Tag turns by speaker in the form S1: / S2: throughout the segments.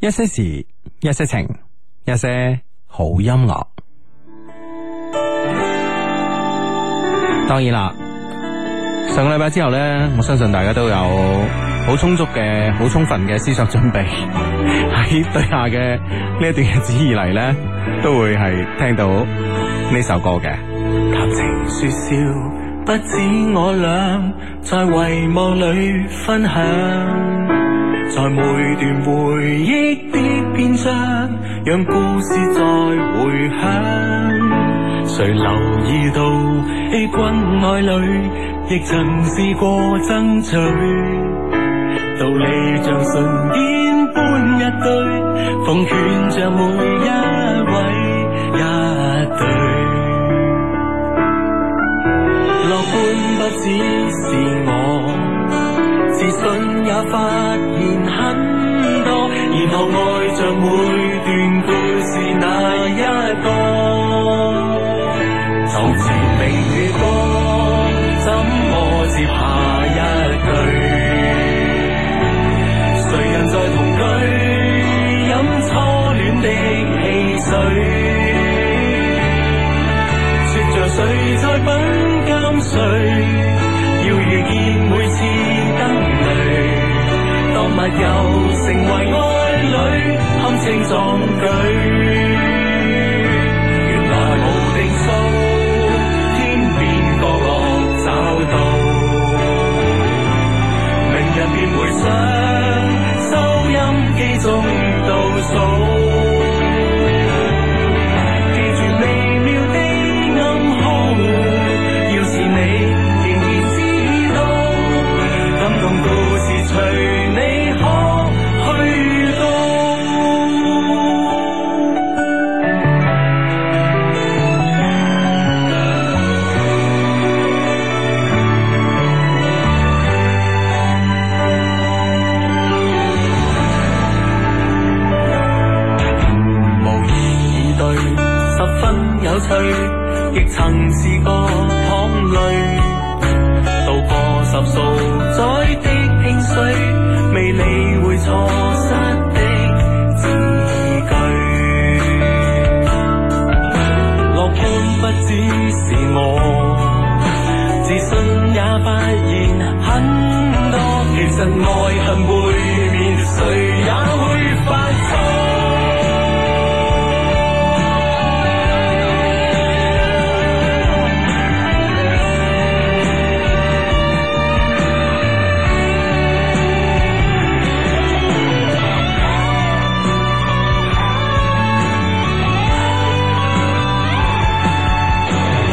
S1: 一些事，一些情，一些好音樂。當然啦，上個禮拜之後呢，我相信大家都有好充足嘅、好充分嘅思想準備， 喺對下嘅呢一段日子以嚟呢，都會係聽到呢首歌嘅。
S2: 談情說笑，不止我倆，在遺忘裏分享，在每段回憶的篇章，讓故事再回響。誰留意到，A 君愛侶，亦曾試過爭取，道理像唇邊般一堆，奉勸着每一位一對。樂觀不只是我，自信也發現很多，然後愛着每段故事那一個。床前明月光，怎麼接下一句？誰人在同居，飲初戀的汽水？說着誰在品鑑誰，要遇見每次燈淚，當密友成為愛侶，堪稱壯舉。原來無定數，天邊角落找到，明日便回想，收音機中倒數。記住微妙的暗號，要是你仍然知道，感動故事隨你可去到。無言以對，十分有趣，亦曾試過淌淚，渡過十數載的興衰，未理會錯失的字句。樂觀不只是我，自信也發現很多。其實愛恨背面，誰也會犯錯。床前明月光，請跟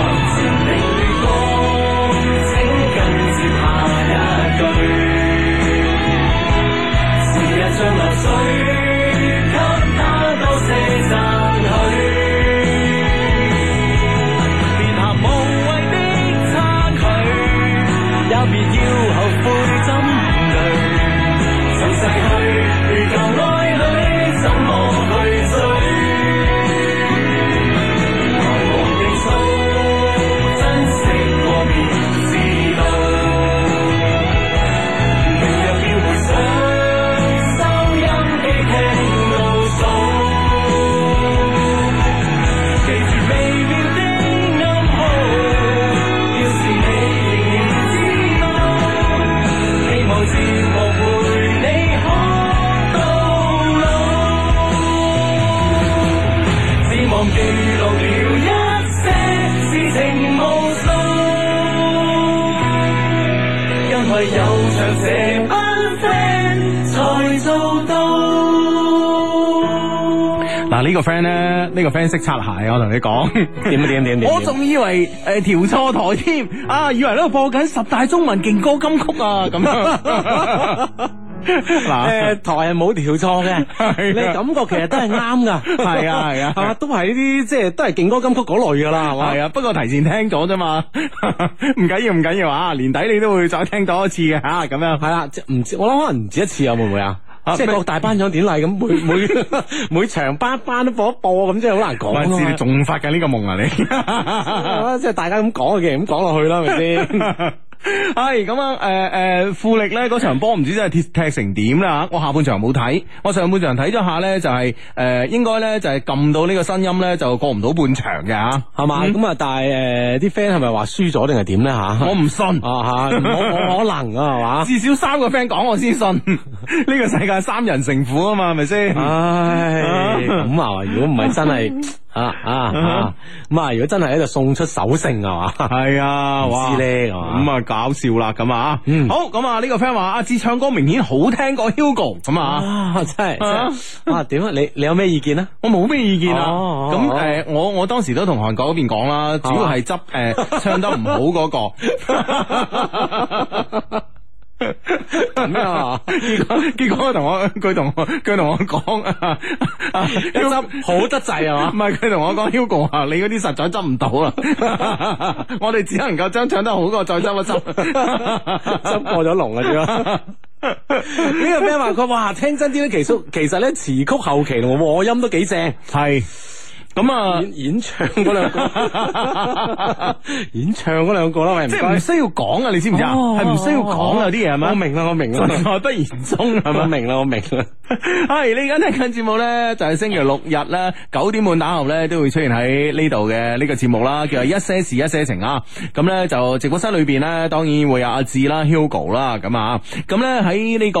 S2: 接下一句。時日像流水，給他多些讚許。別談無謂的差距，也別要後悔怎累。曾逝去，如舊愛侶，怎麼去追？無定數，珍惜過便知道。明日便回想，收音機聽倒數。記住微妙的暗號，要是你仍然知道，希望節目陪你可到老。只望記錄了一些事情無數，因為有場這班 friend 才做到。
S1: 嗱呢個 friend 咧，呢個 friend 識擦鞋，我同你講，點點點點，我仲以為誒調錯台添，啊以為呢度播緊十大中文勁歌金曲啊 咁樣。嗱，
S3: Ờ.
S4: 誒台係冇調錯嘅，你感覺其實都係啱噶，
S1: 係啊係啊
S4: 係嘛，都係呢啲即係都係勁歌金曲嗰類
S3: Ờ.
S4: 噶啦，係嘛
S1: 係，啊，不過提前聽咗啫 嘛，唔緊要唔緊要啊，年底你都會再聽多一次嘅
S3: 啊
S1: 吓，咁樣
S4: 係啦，即係唔知我諗可能唔止一次啊，會唔會啊
S1: 啊？
S3: Ờ,
S4: 即係各大頒獎典禮 咁，每每每場班班都播一播咁，即係好難講
S1: 我知 你
S4: 啊
S1: 仲發緊呢個夢啊你。
S4: Ờ, 嘛。即係大家咁講嘅，既然咁講落去啦，係咪先？
S3: 系咁啊，诶、诶，富力咧嗰場波唔知真係踢踢成點啦，啊我下半場冇睇，我上半場睇咗下咧就係誒應該咧就係撳到呢個新音咧就過唔到半場嘅吓，
S4: 係嘛？咁啊，但係诶，啲 friend 係咪話輸咗定係點咧吓？
S3: 我唔信。
S4: 啊吓，冇冇可能啊，係嘛？
S3: 至少三個 friend 講我先 信，呢個世界三人成虎啊嘛，係咪先？
S4: 唉，咁啊，如果唔係真係 啊啊啊，咁啊，如果真係喺度送出首勝 係嘛？
S3: 係啊，哇！
S4: 唔知咧係嘛
S3: 咁啊搞笑啦，咁啊，
S4: 嗯
S3: 好咁啊呢個 friend 話阿志唱歌明顯好聽過 Hugo，咁啊。
S4: 啊，真係真係啊，點啊？你你有咩意 見啊？
S3: 我冇咩意見啊。
S4: 哦啊
S3: 咁誒、
S4: 哦
S3: 呃我我當時都同韓國嗰邊講啦，主要係執誒唱得唔好嗰、 個。咁啊！結果結果佢同我佢同我佢同我講啊，啊
S4: 執好得滯係嘛
S3: 唔係佢同我講 Hugo 啊，你嗰啲實在執唔到 啊！我哋只能夠將唱得好嗰個再執一執。
S4: 執過咗龍啊，點 啊？呢個 friend 話佢哇，聽真啲咧，其實其實咧詞曲後期同和音都幾正，
S3: 係咁啊，
S4: 演演唱嗰兩個， 演唱嗰兩個啦，喂，唔
S3: 即係唔
S4: 該。
S3: 需要講啊！你知唔知啊？
S4: 哦
S3: 係唔需要講啊！有啲嘢係咪？
S4: 我明啦， 我明啦，
S3: 神在不言中係
S4: 我
S3: 咪？
S4: 明啦，我明啦。
S3: 係你而家聽緊節目咧，就係星期六日咧九點半打後咧都會出現喺呢度嘅呢個節目啦，叫做一些事一些情啊。咁咧就直播室裏邊咧，當然會有阿志啦、Hugo 啦咁啊。咁咧喺呢個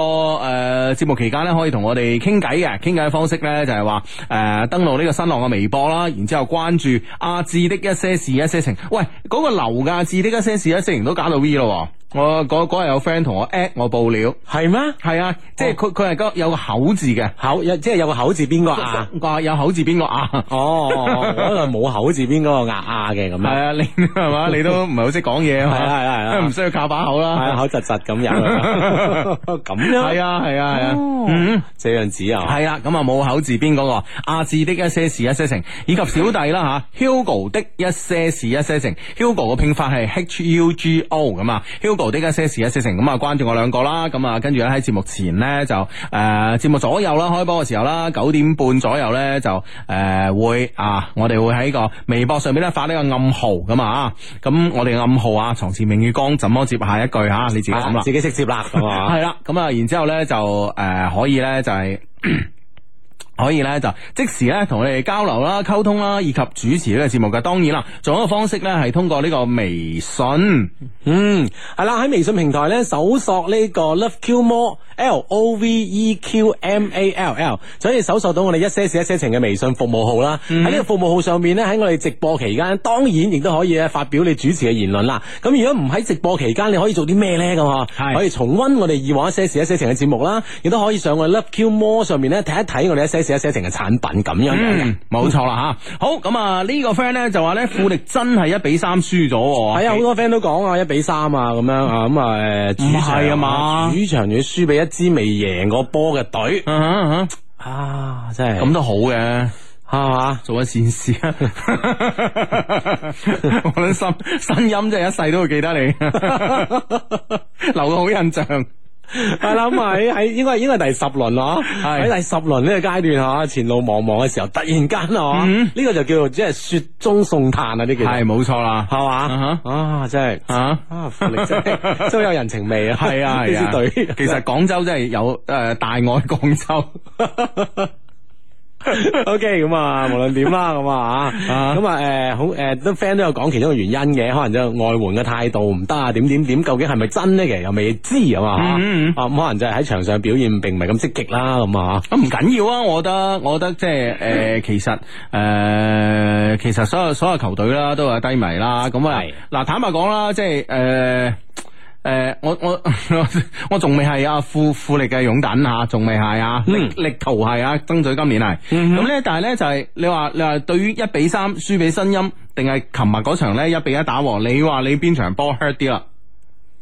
S3: 誒節目期間咧，可以同我哋傾偈嘅，傾偈嘅方式咧就係話誒登錄呢個新浪嘅微博啦，然之後關注阿志的一些事一些情。喂，嗰、個流嘅阿志的一些事一些情都加到 V 咯喎，我嗰嗰日有 friend 同我 at 我報料。
S4: 係咩？
S3: 系啊，即系佢佢系个有个口字嘅，
S4: 口有即係有個口字邊個啊？
S3: 啊有口字边个啊？
S4: 哦，我就冇口字邊嗰個牙牙 嘅咁
S3: 系
S4: 樣，
S3: 啊，你系嘛？你都唔系好识讲嘢啊嘛？
S4: 係啊係啊係 啊
S3: 唔需要靠把口
S4: 係啊
S3: 啦。
S4: 口窒窒咁樣，咁樣
S3: 系啊係啊係啊，
S4: 哦
S3: 嗯。
S4: 這樣子啊？
S3: 系啦，咁啊冇口字邊嗰、個阿志的一些事一些情，以及小弟啦吓 Hugo 的一些事一些情，Hugo 嘅拼法係 H U G O 咁啊，Hugo 的一些事一些情，咁啊關注我兩個啦，咁啊跟住咧喺節目前咧就誒節、目左右啦，開波嘅時候啦，九點半左右咧就誒、呃、會啊，我哋會喺個微博上面咧發呢個暗號咁啊，咁我哋嘅暗號啊，床前明月光，怎麼接下一句吓、你自己諗啦
S4: 啊。自己識接啦咁啊
S3: 系？啦，咁啊，然之后咧就诶、呃可以咧就係 可以咧就即時咧同我哋交流啦、溝通啦，以及主持呢個節目嘅。當然啦，仲有一個方式咧係通過呢個微信。
S4: 嗯，系啦，喺微信平台咧搜索呢個 Love Q More L O V E Q M A L L，就可以搜索到我哋一些事一些情嘅微信服務號啦。喺呢、個服務號上面咧，喺我哋直播期間，當然亦都可以啊咧發表你主持嘅言論啦。咁如果唔喺直播期間，你可以做啲咩咧咁啊？
S3: 係
S4: 可以重温我哋以往一些事一些情嘅節目啦，亦都可以上我哋 Love Q More 上面咧睇一睇我哋一些事一些情嘅產品咁樣樣嘅
S3: 嗯。，冇錯啦吓。好，咁啊呢個 friend 咧就話咧富力真係一比三輸咗喎。
S4: 系啊，好多 friend 都講啊，一比三啊，咁樣啊，咁啊，诶，主
S3: 唔
S4: 場
S3: 係啊嘛
S4: 主場要輸俾一支未贏過波嘅隊
S3: 嗯哼嗯哼
S4: 啊，真係
S3: 咁都好嘅，
S4: 係嘛，
S3: 做一善事啊！我諗新新音真係一世都會記得你，留個好印象。
S4: 係啦，咁啊喺喺應該係應該係第十輪咯，
S3: 係
S4: 喺第十輪呢個階段啊，前路茫茫嘅時候，突然間啊，
S3: 嗯
S4: 呢個就叫做即係雪中送炭啊，呢叫
S3: 係冇錯啦，
S4: 係
S3: 啊
S4: 嘛，啊，真係
S3: 啊！
S4: 啊，富力 真係真係有人情味啊，
S3: 系 啊，
S4: 呢
S3: 係啊
S4: 支隊
S3: 其實廣州真係有诶、呃大愛廣州，
S4: O K，咁啊，無論點 啦，咁啊，
S3: 啊
S4: 咁啊，诶，好，诶，都 friend 都有講其中嘅原因嘅，可能就外援嘅態度唔得啊，點點點，究竟係咪真咧？其實又未知啊嘛，啊，
S3: 嗯嗯
S4: 咁可能就係喺場上表現並唔係咁積極啦，咁啊，
S3: 咁唔緊要啊！我覺得，我覺得即係诶，其實诶、呃其實所有所有球隊啦，都有低迷啦。咁啊
S4: 係，
S3: 嗱，坦白講啦，即係诶。诶、呃我我 我仲未係啊富富力嘅擁趸吓，仲未係啊，
S4: 嗯
S3: 力力圖係啊，爭取今年係。咁咧、但係咧就係、你話你話對於一比三輸俾新音，定係琴日嗰場咧一比一打和，你話你邊場波 hurt 啲啦？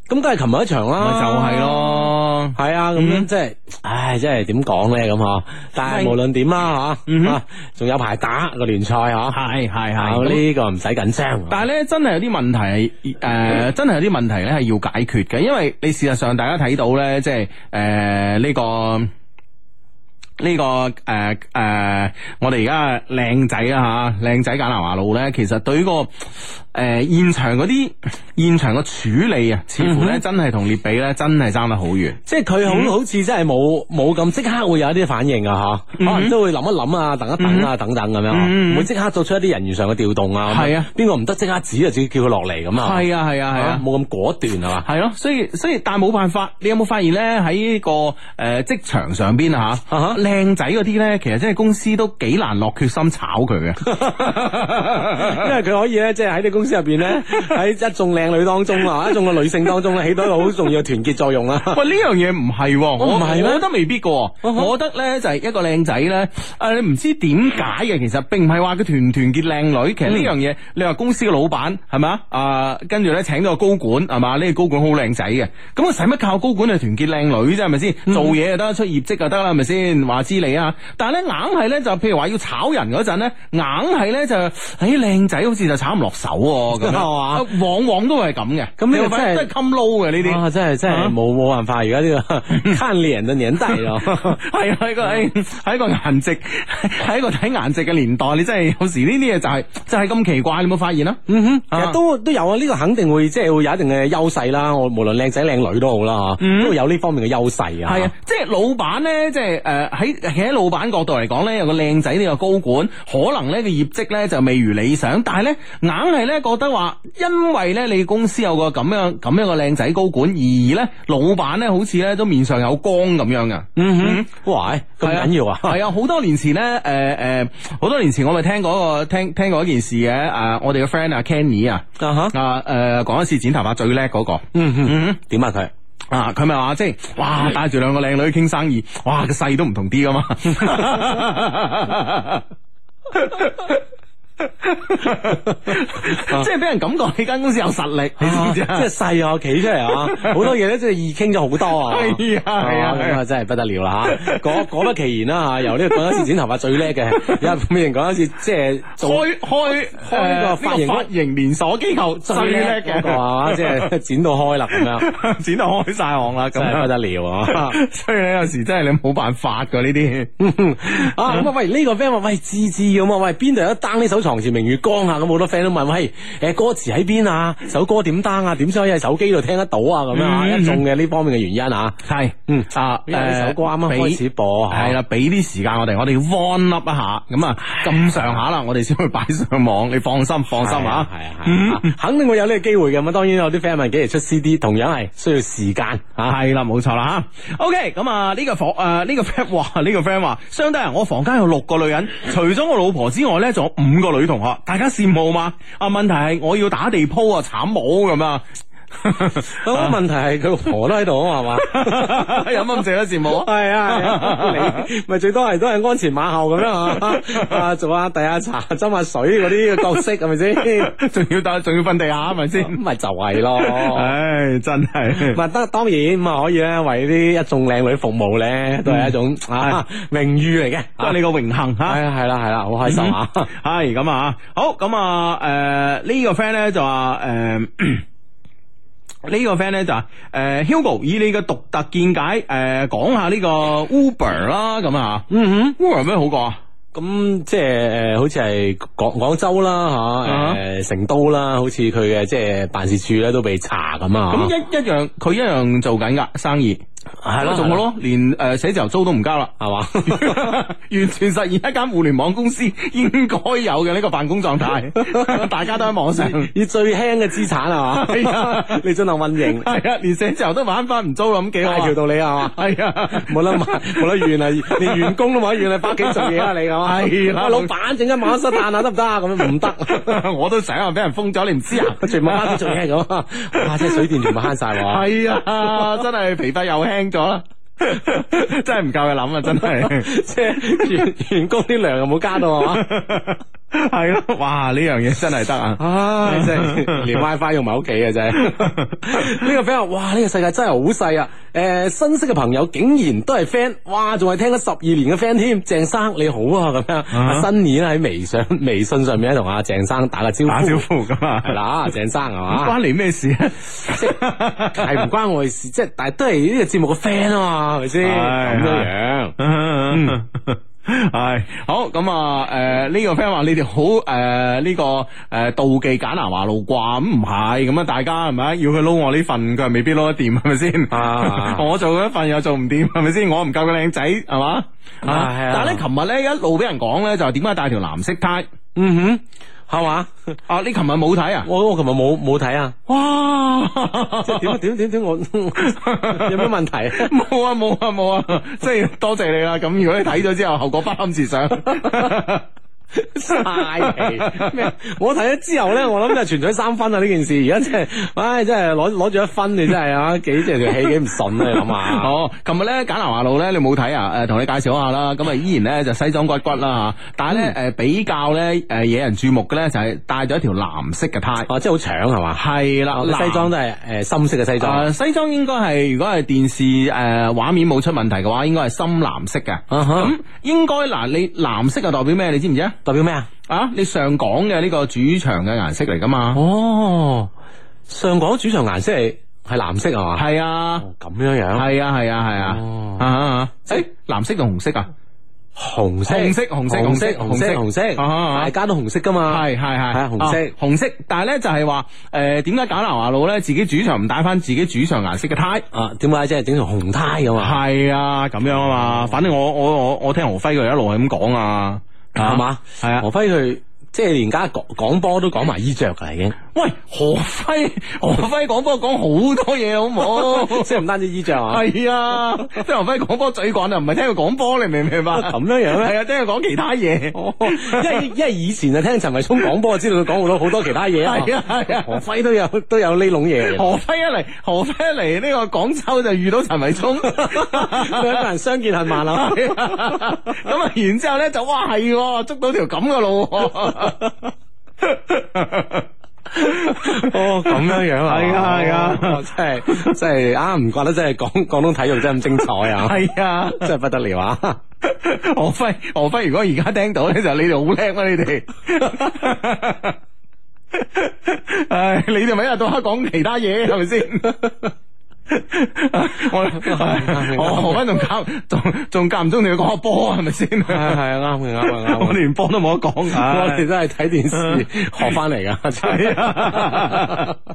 S4: 咁梗係琴日一場
S3: 咪
S4: 啦，
S3: 就係，咯。
S4: 係啊，咁樣即係，唉，即係點講咧咁啊，但係
S3: 係
S4: 無論點啦，
S3: 嗯
S4: 吓，
S3: 哼
S4: 啊仲有排打個聯賽吓，
S3: 系系
S4: 啊
S3: 系
S4: 呢個唔使緊張，
S3: 但系咧，真係有啲問題係誒、呃真係有啲問題咧係要解決嘅，因為你事實上大家睇到咧，即係誒呢個。
S1: 呢、個誒誒、呃呃我哋而家靚仔啦嚇，靚仔簡南華路咧，其實對於個誒、呃、現場嗰啲現場嘅處理啊，似乎咧、真係同列比咧，真係爭得好遠。
S4: 即係佢
S1: 嗯
S4: 好好似真係冇冇咁即刻會有一啲反應啊，吓，可能都會諗一諗啊，等一等啊，等等咁樣啊，
S1: 嗯
S4: 唔會即刻做出一啲人員上嘅調動啊，咁樣
S1: 係啊，
S4: 邊個唔得即刻指就自己叫佢落嚟咁啊，
S1: 係啊係啊係啊
S4: 啊，冇咁果斷係 嘛，
S1: 係咯，所以所以但係冇辦法，你有冇發現咧喺呢個誒職場上邊啊吓，
S4: 啊哈
S1: 靚仔嗰啲咧，其實真係公司都幾難落決心炒 佢嘅。
S4: 因為佢可以咧，即係喺你公司入邊咧，喺一眾靚女當中啊，一眾嘅女性當中咧，起到一個好重要嘅團結作用啦。啊
S1: 喂，呢樣嘢唔係喎，我
S4: 哦唔係咩啊
S1: 我覺得未必嘅喎。
S4: 哈
S1: 我覺得咧就係一個靚仔咧，誒你唔知點解嘅，其實並唔係話佢團唔團結靚女，其實
S4: 嗯
S1: 呢樣嘢你話公司嘅老闆係咪啊？啊，跟住咧請咗個高管係嘛？呢個高管好靚仔嘅，咁啊我使乜靠高管去團結靚女啫？係咪先？
S4: 嗯
S1: 做嘢就得，出業績就得啦，係咪先？話知你啊！但係咧硬係咧就譬如話要炒人嗰陣咧，硬係咧就誒哎靚仔好似就炒唔落手喎咁樣，
S4: 係嘛
S1: 啊往往都係咁嘅。
S4: 咁呢個
S1: 你發現
S4: 真係
S1: 都係襟撈嘅呢啲。
S4: 啊，真係真
S1: 啊
S4: 係冇冇辦法，而家呢 個看臉嘅年代咯。
S1: 係啊，喺個喺喺個顏值，喺個睇顏值嘅年代，你真係有時呢啲嘢就係就係咁奇怪，你有冇發現啊？
S4: 嗯哼，其
S1: 啊
S4: 實都都有啊，呢個肯定會即係會有一定嘅優勢啦。我無論靚仔靚女都好啦，吓都會有呢方面嘅優勢啊。
S1: 嗯係啊，即係老闆咧，即係誒喺企喺老闆角度嚟講咧，有個靚仔呢個高管，可能咧個業績咧就未如理想，但係咧硬係咧覺得話，因為咧你公司有個咁樣咁樣嘅靚仔高管，而咧老闆咧好似咧都面上有光咁樣噶。
S4: 嗯哼，哇，咁
S1: 係
S4: 緊要啊！
S1: 係啊，好多年前咧，誒、誒，好多年前我咪聽過一個聽聽過一件事嘅，啊，我哋嘅 friend 啊 Kenny 啊，
S4: 啊哈，
S1: 啊誒講一次剪頭髮最叻嗰、個。
S4: 嗯哼，
S1: 嗯
S4: 點啊佢？
S1: 哼，啊，佢咪話即係，哇，
S4: 嗯
S1: 帶住兩個靚女傾生意，哇，個勢都唔同 啲噶
S4: 啊
S1: 嘛。即係俾人感覺呢間公司有實力， 你知唔知
S4: 啊
S1: 啊
S4: 即係？細啊，企出嚟啊， 好多嘢咧，即係易傾咗好多啊。
S1: 係啊係啊係
S4: 咁
S1: 啊
S4: 啊，真係不得了啦吓。果果不其然啦吓，啊由呢個講一次剪頭髮最叻嘅， 有人變成講一次即係做
S1: 開開
S4: 開呢個髮型
S1: 誒呢髮型連鎖機構 最叻
S4: 嗰個
S1: 嘅，
S4: 啊，即係剪到開啦咁樣，
S1: 剪到開晒行啦，咁
S4: 真係不
S1: 樣
S4: 得了啊！
S1: 所以咧， 有時真係你冇辦法噶呢啲。
S4: 啊咁啊喂呢個 friend 話喂志志咁啊喂邊度有得 down 呢首床前明月光啊咁好多 friend 都問喂誒歌詞喺邊啊首歌點 down 啊點先可以喺手機度聽得到啊咁樣啊
S1: 嗯
S4: 一眾嘅呢方面嘅原因啊
S1: 係，
S4: 嗯
S1: 啊，
S4: 因為呢首歌啱啱開始播啊
S1: 係啦，啊俾啲時間我哋，我哋要 warm up 一下，咁啊咁上下啦，我哋先去擺上網，你放心放心
S4: 係
S1: 啊
S4: 啊，係啊係啊肯定會有呢個機會嘅咁啊當然有啲 friend 問幾時出 CD 同樣係需要時間啊
S1: 係啦，冇錯啦吓。OK，咁啊呢個房誒呢個 friend 話呢個 friend 話，相低人我房間有六個女人，除咗我老婆之外咧，仲有五個女同學，大家羨慕嘛？啊，問題係我要打地鋪啊，慘冇咁啊。
S4: 不過問題係佢老婆都喺度啊嘛係嘛
S1: 有乜咁值得羨慕啊？
S4: 係啊係 啊你咪最多係都係鞍前馬後咁樣啊啊做下遞下茶 斟下水嗰啲嘅角色係咪 先？
S1: 仲要打，仲要瞓地下，係咪
S4: 咁
S1: 先？
S4: 咪就係咯。
S1: 唉，真哦係。
S4: 咪得當然咁啊，可以咧為呢一眾靚女服務咧，都係一種啊榮譽嚟嘅。
S1: 都係
S4: 係
S1: 你個榮幸吓。
S4: 啊，係啦，係啦，好開心啊！
S1: 係咁啊，好咁啊，诶、呢、個 friend 咧就話诶。誒 呢個 friend 咧就話誒 Hugo 以你嘅獨特見解誒、講下呢個 Uber 啦咁啊，
S4: 嗯
S1: ，Uber 有咩好講啊？
S4: 哼，咁即係誒，好似係廣廣州啦，
S1: 啊
S4: 嚇誒成都啦，好似佢嘅即係辦事處咧都被查咁啊。
S1: 咁、一一樣佢一樣做緊㗎生意，
S4: 係咯
S1: 仲好咯，連誒寫字樓租都唔交啦。
S4: 係嘛？
S1: 完全實現一間互聯網公司 應該有嘅呢個辦公 狀態，大家都喺網上。
S4: 以最輕嘅資產係
S1: 係
S4: 嘛
S1: 啊？
S4: 你進行運營，
S1: 係啊，連寫字樓都玩翻唔租啦，咁幾好
S4: 大
S1: 啊
S4: 條道理 啊係嘛？
S1: 係啊，
S4: 冇得 買，冇得怨啊！連員工都冇得怨啊，翻屋企做嘢啊，你係嘛？
S1: 係啦
S4: 喂老闆整間馬室嘆下得唔得啊？咁樣唔得。
S1: 我都想啊，俾人封咗，你唔知啊？
S4: 全部慳啲做嘢咁啊！哇，即係水電全部慳 晒喎。
S1: 係啊，真係皮帶又輕咗啦， 真係唔夠佢諗啊，真係。
S4: 即係員員工啲糧又冇加到啊嘛，
S1: 係咯，哇！呢樣嘢真係得啊！
S4: 唉，真係連 WiFi 用埋屋企嘅真係。 呢個 friend 話：哇，呢個世界真係好細啊！誒，新識嘅朋友竟然都係 friend，哇，仲係聽咗十二年嘅 friend 添。鄭生你好啊，咁樣。阿新年喺微信微信上面咧同阿鄭生打個招呼，
S1: 打招呼咁啊，
S4: 係 啦，鄭生係嘛？
S1: 關你咩事啊？
S4: 即係唔關我嘅事，即係但係都係呢個節目嘅 friend 啊嘛，係咪先？
S1: 係
S4: 咁樣樣。
S1: 嗯嗯系好咁啊！诶、呢、個个 friend 话你哋好诶，呃呢、個个诶、呃妒忌簡南華路啩，咁唔係咁啊！大家係咪要佢撈我呢份，佢係未必撈得掂，係咪先？
S4: 啊
S1: 我做嗰一份又做唔掂，係咪先？我唔夠佢靚仔，係 嘛？
S4: 啊係啊
S1: 但係咧，琴日咧一路俾人講咧，就係點解帶條藍色呔？
S4: 嗯哼，系嘛？
S1: 啊！你琴日冇睇啊？
S4: 我我琴日冇冇睇啊，
S1: 哇！
S4: 即系 点点点点我有咩问题啊？
S1: 冇啊冇啊冇啊！即係多謝你啦。咁如果你睇咗之後，後果不堪設想。
S4: 晒皮咩？我睇咗之後咧，我諗就係全取三分啊！呢件事而家真係，唉，真係攞攞住一分，你真係啊， 幾即係 條氣幾唔順啊！你諗下，
S1: 哦，琴日咧簡南華路咧，你冇睇啊？誒、同你介紹一下啦。咁啊，依然咧就西裝骨骨啦嚇，但係咧誒比較咧誒、惹人注目嘅咧就係戴咗一條藍色嘅呔。
S4: 哦，即係好長係嘛？
S1: 係啦，
S4: 哦西裝都係誒深色嘅西
S1: 誒、
S4: 裝，
S1: 西裝應該係如果係電視誒、畫面冇出問題嘅話，應該係深藍色嘅。
S4: 啊哈
S1: 咁應該嗱，你藍色係代表咩？你知唔知啊？
S4: 代表咩啊？
S1: 啊，你上港嘅呢個主場嘅顏色嚟噶嘛？
S4: 哦，上港主場顏色係係藍色係嘛？
S1: 係啊，
S4: 哦咁樣樣，
S1: 係啊，係啊，係啊
S4: 哦。
S1: 啊啊啊！誒，藍色同紅色啊？
S4: 紅色，
S1: 紅色紅色
S4: 紅色，
S1: 紅
S4: 紅
S1: 色
S4: 色，紅色，
S1: 啊啊啊
S4: 大家都紅色噶嘛？
S1: 系系系，係
S4: 啊紅色
S1: 啊紅色，但係咧就係話，诶，点解搞南華路咧自己主場唔帶翻自己主場顏色嘅呔？
S4: 啊，點解即係整成紅呔咁啊？
S1: 係啊，咁樣啊嘛，反正我我我我听何輝佢一路係咁講啊，
S4: 係嘛？
S1: 係啊
S4: 何，輝佢即係連家講講波都講埋衣着㗎啦已 經。
S1: 喂，何輝 何輝講波講好多嘢，好 唔好？
S4: 即系唔單止衣着啊，
S1: 係啊，即係何輝講波嘴講啊，唔係聽佢講波，你明唔明白？
S4: 咁樣樣咧。
S1: 係啊，聽佢講其他嘢。
S4: 因為因为以前啊聽陳慧聰講波，知道佢講好多好多其他嘢
S1: 係
S4: 啊。
S1: 啊係啊。
S4: 何輝都有都有呢種嘢嘅，
S1: 何輝一嚟，何輝一嚟呢個廣州就遇到陳慧聰。
S4: 兩個人相見恨晚啊。
S1: 係啊咁啊，然之后咧就哇系，係喎捉到條咁嘅路 喎。
S4: 哦，咁樣樣啊，
S1: 係啊係啊
S4: 哦真係真係啊，唔怪得真係廣廣東體育真係咁精彩啊，
S1: 係啊，
S4: 真係不得了啊！
S1: 何輝，何輝，如果而家聽到咧，就你哋好叻啦，你哋。唉，你哋咪一日到黑講其他嘢，係咪先？我啊我何斌仲夾仲仲間唔中你要講下波係咪先？
S4: 係啱嘅啱嘅
S1: 我
S4: 啱
S1: 哋連波都冇得講
S4: 我
S1: 啊！
S4: 哋真係睇電視學翻 嚟噶，真
S1: 係
S4: 係
S1: 啊。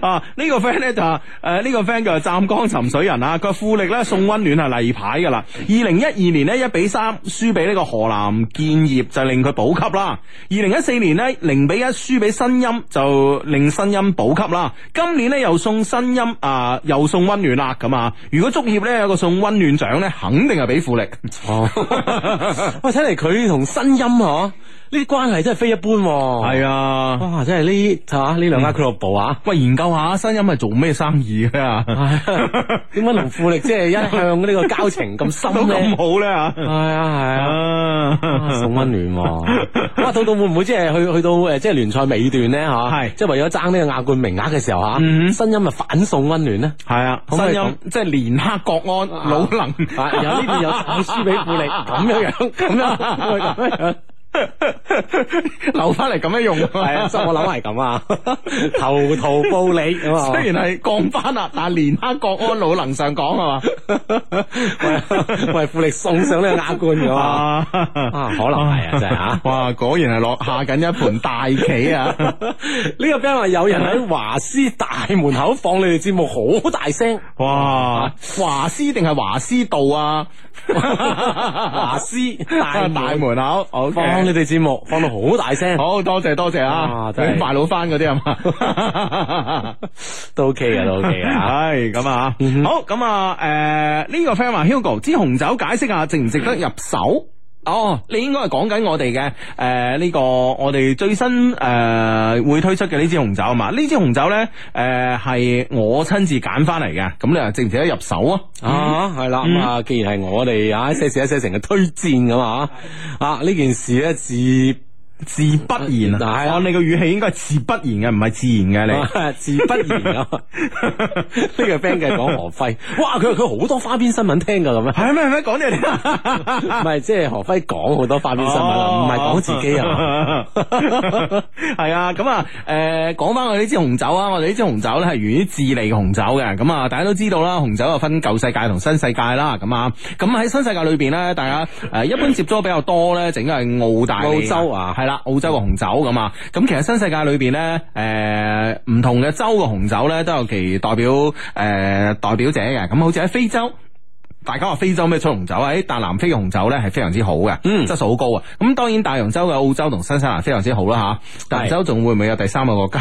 S1: 啊！呢、個 friend 咧就誒呢、個 friend 叫湛江沉水人啊，佢富力咧送温暖係例牌噶啦。二零一二年呢，一比三輸俾呢個河南建業，就令佢保級啦。二零一四年呢，零比一輸俾新音，就令新音保級啦。今年呢，又送新音啊、又送温暖啦咁啊！如果足協呢，有個送温暖獎呢，肯定係俾富力。
S4: 哦，喂，睇嚟佢同新音嗬呢啲關係真係非一般喎。
S1: 係啊
S4: 哇，真係呢吓呢兩家俱樂部啊！
S1: 喂，研究下新音係做咩生意嘅啊？
S4: 点解同富力即系一向呢個交情咁深
S1: 都咁
S4: 咧？
S1: 好咧啊！
S4: 係啊係啊，送温暖 喎！哇，到到會唔會即係去去到诶，即係聯賽尾段咧吓？
S1: 係
S4: 即係為咗爭呢個亞冠名額嘅時候吓，
S1: 嗯
S4: 新音咪反送温暖咧？
S1: 系啊，
S4: 可唔可
S1: 新
S4: 以
S1: 音即系連克國安、魯能，
S4: 啊，有呢邊有有輸俾富力， 咁樣樣，咁樣會咁樣樣。
S1: 留翻嚟咁樣用。系
S4: 係啊，即係我諗係咁 啊，投桃報李咁啊。
S1: 雖然係降班啦，但系連克國安、魯能上港係嘛？
S4: 喂為富力送上呢個亞冠噶 嘛？
S1: 啊，
S4: 啊，可能係啊，真係啊。
S1: 哇，果然係落下緊一盤大棋 啊！
S4: 呢個 friend 話有人喺華師大門口放你哋節目好大聲，
S1: 哇，華師定係華師道啊？
S4: 華師大
S1: 大
S4: 大門
S1: 門口，OK，
S4: 放你哋節目放到好大聲，
S1: 好多謝多謝啊！
S4: 哇真係
S1: 你賣老翻嗰啲係嘛？
S4: 都 OK 嘅，都 OK 嘅啊。
S1: 系咁啊，好咁啊，诶呢個 friend 話 Hugo 支紅酒解釋啊下值唔值得入手？哦，你應該係講緊我哋嘅诶呢個我哋最新诶、呃、會推出嘅呢支紅酒啊嘛？呢支紅酒咧诶係我親自揀翻嚟嘅，咁你話值唔值得入手啊？
S4: 啊，係啦，咁啊，既然係我哋啊一些事一些情嘅推薦咁啊，啊呢件事咧自
S1: 自不然
S4: 嗱係啊
S1: 按你個語氣應該係自不然嘅，唔係自然嘅你。
S4: 自不然 啊！呢個 friend 嘅講何輝，哇！佢佢好多花邊新聞聽噶咁樣，
S1: 係咩係咩？講你哋啊
S4: 唔係即係何輝講好多花邊新聞啦，唔
S1: 哦
S4: 係講自己啊。
S1: 啊，係啊，咁啊，誒，講翻我哋呢支紅酒啊，我哋呢支紅酒咧係源於智利嘅紅酒嘅，咁啊，大家都知道啦，紅酒又分舊世界同新世界啦，咁啊，咁喺新世界裏邊咧，大家誒一般接觸得比較多咧，整個係澳大利亞
S4: 澳洲啊
S1: 係啦，澳洲嘅紅酒咁啊，咁其實新世界裏邊咧，誒唔同嘅州嘅紅酒咧都有其代表誒代表者嘅，咁好似喺非洲。大家話非洲咩出紅酒啊？喺大南非嘅紅酒咧係非常之好嘅，
S4: 嗯
S1: 質素好高啊！咁當然大洋洲嘅澳洲同新西蘭非常之好啦吓，大洋洲仲會唔會有第三個國家？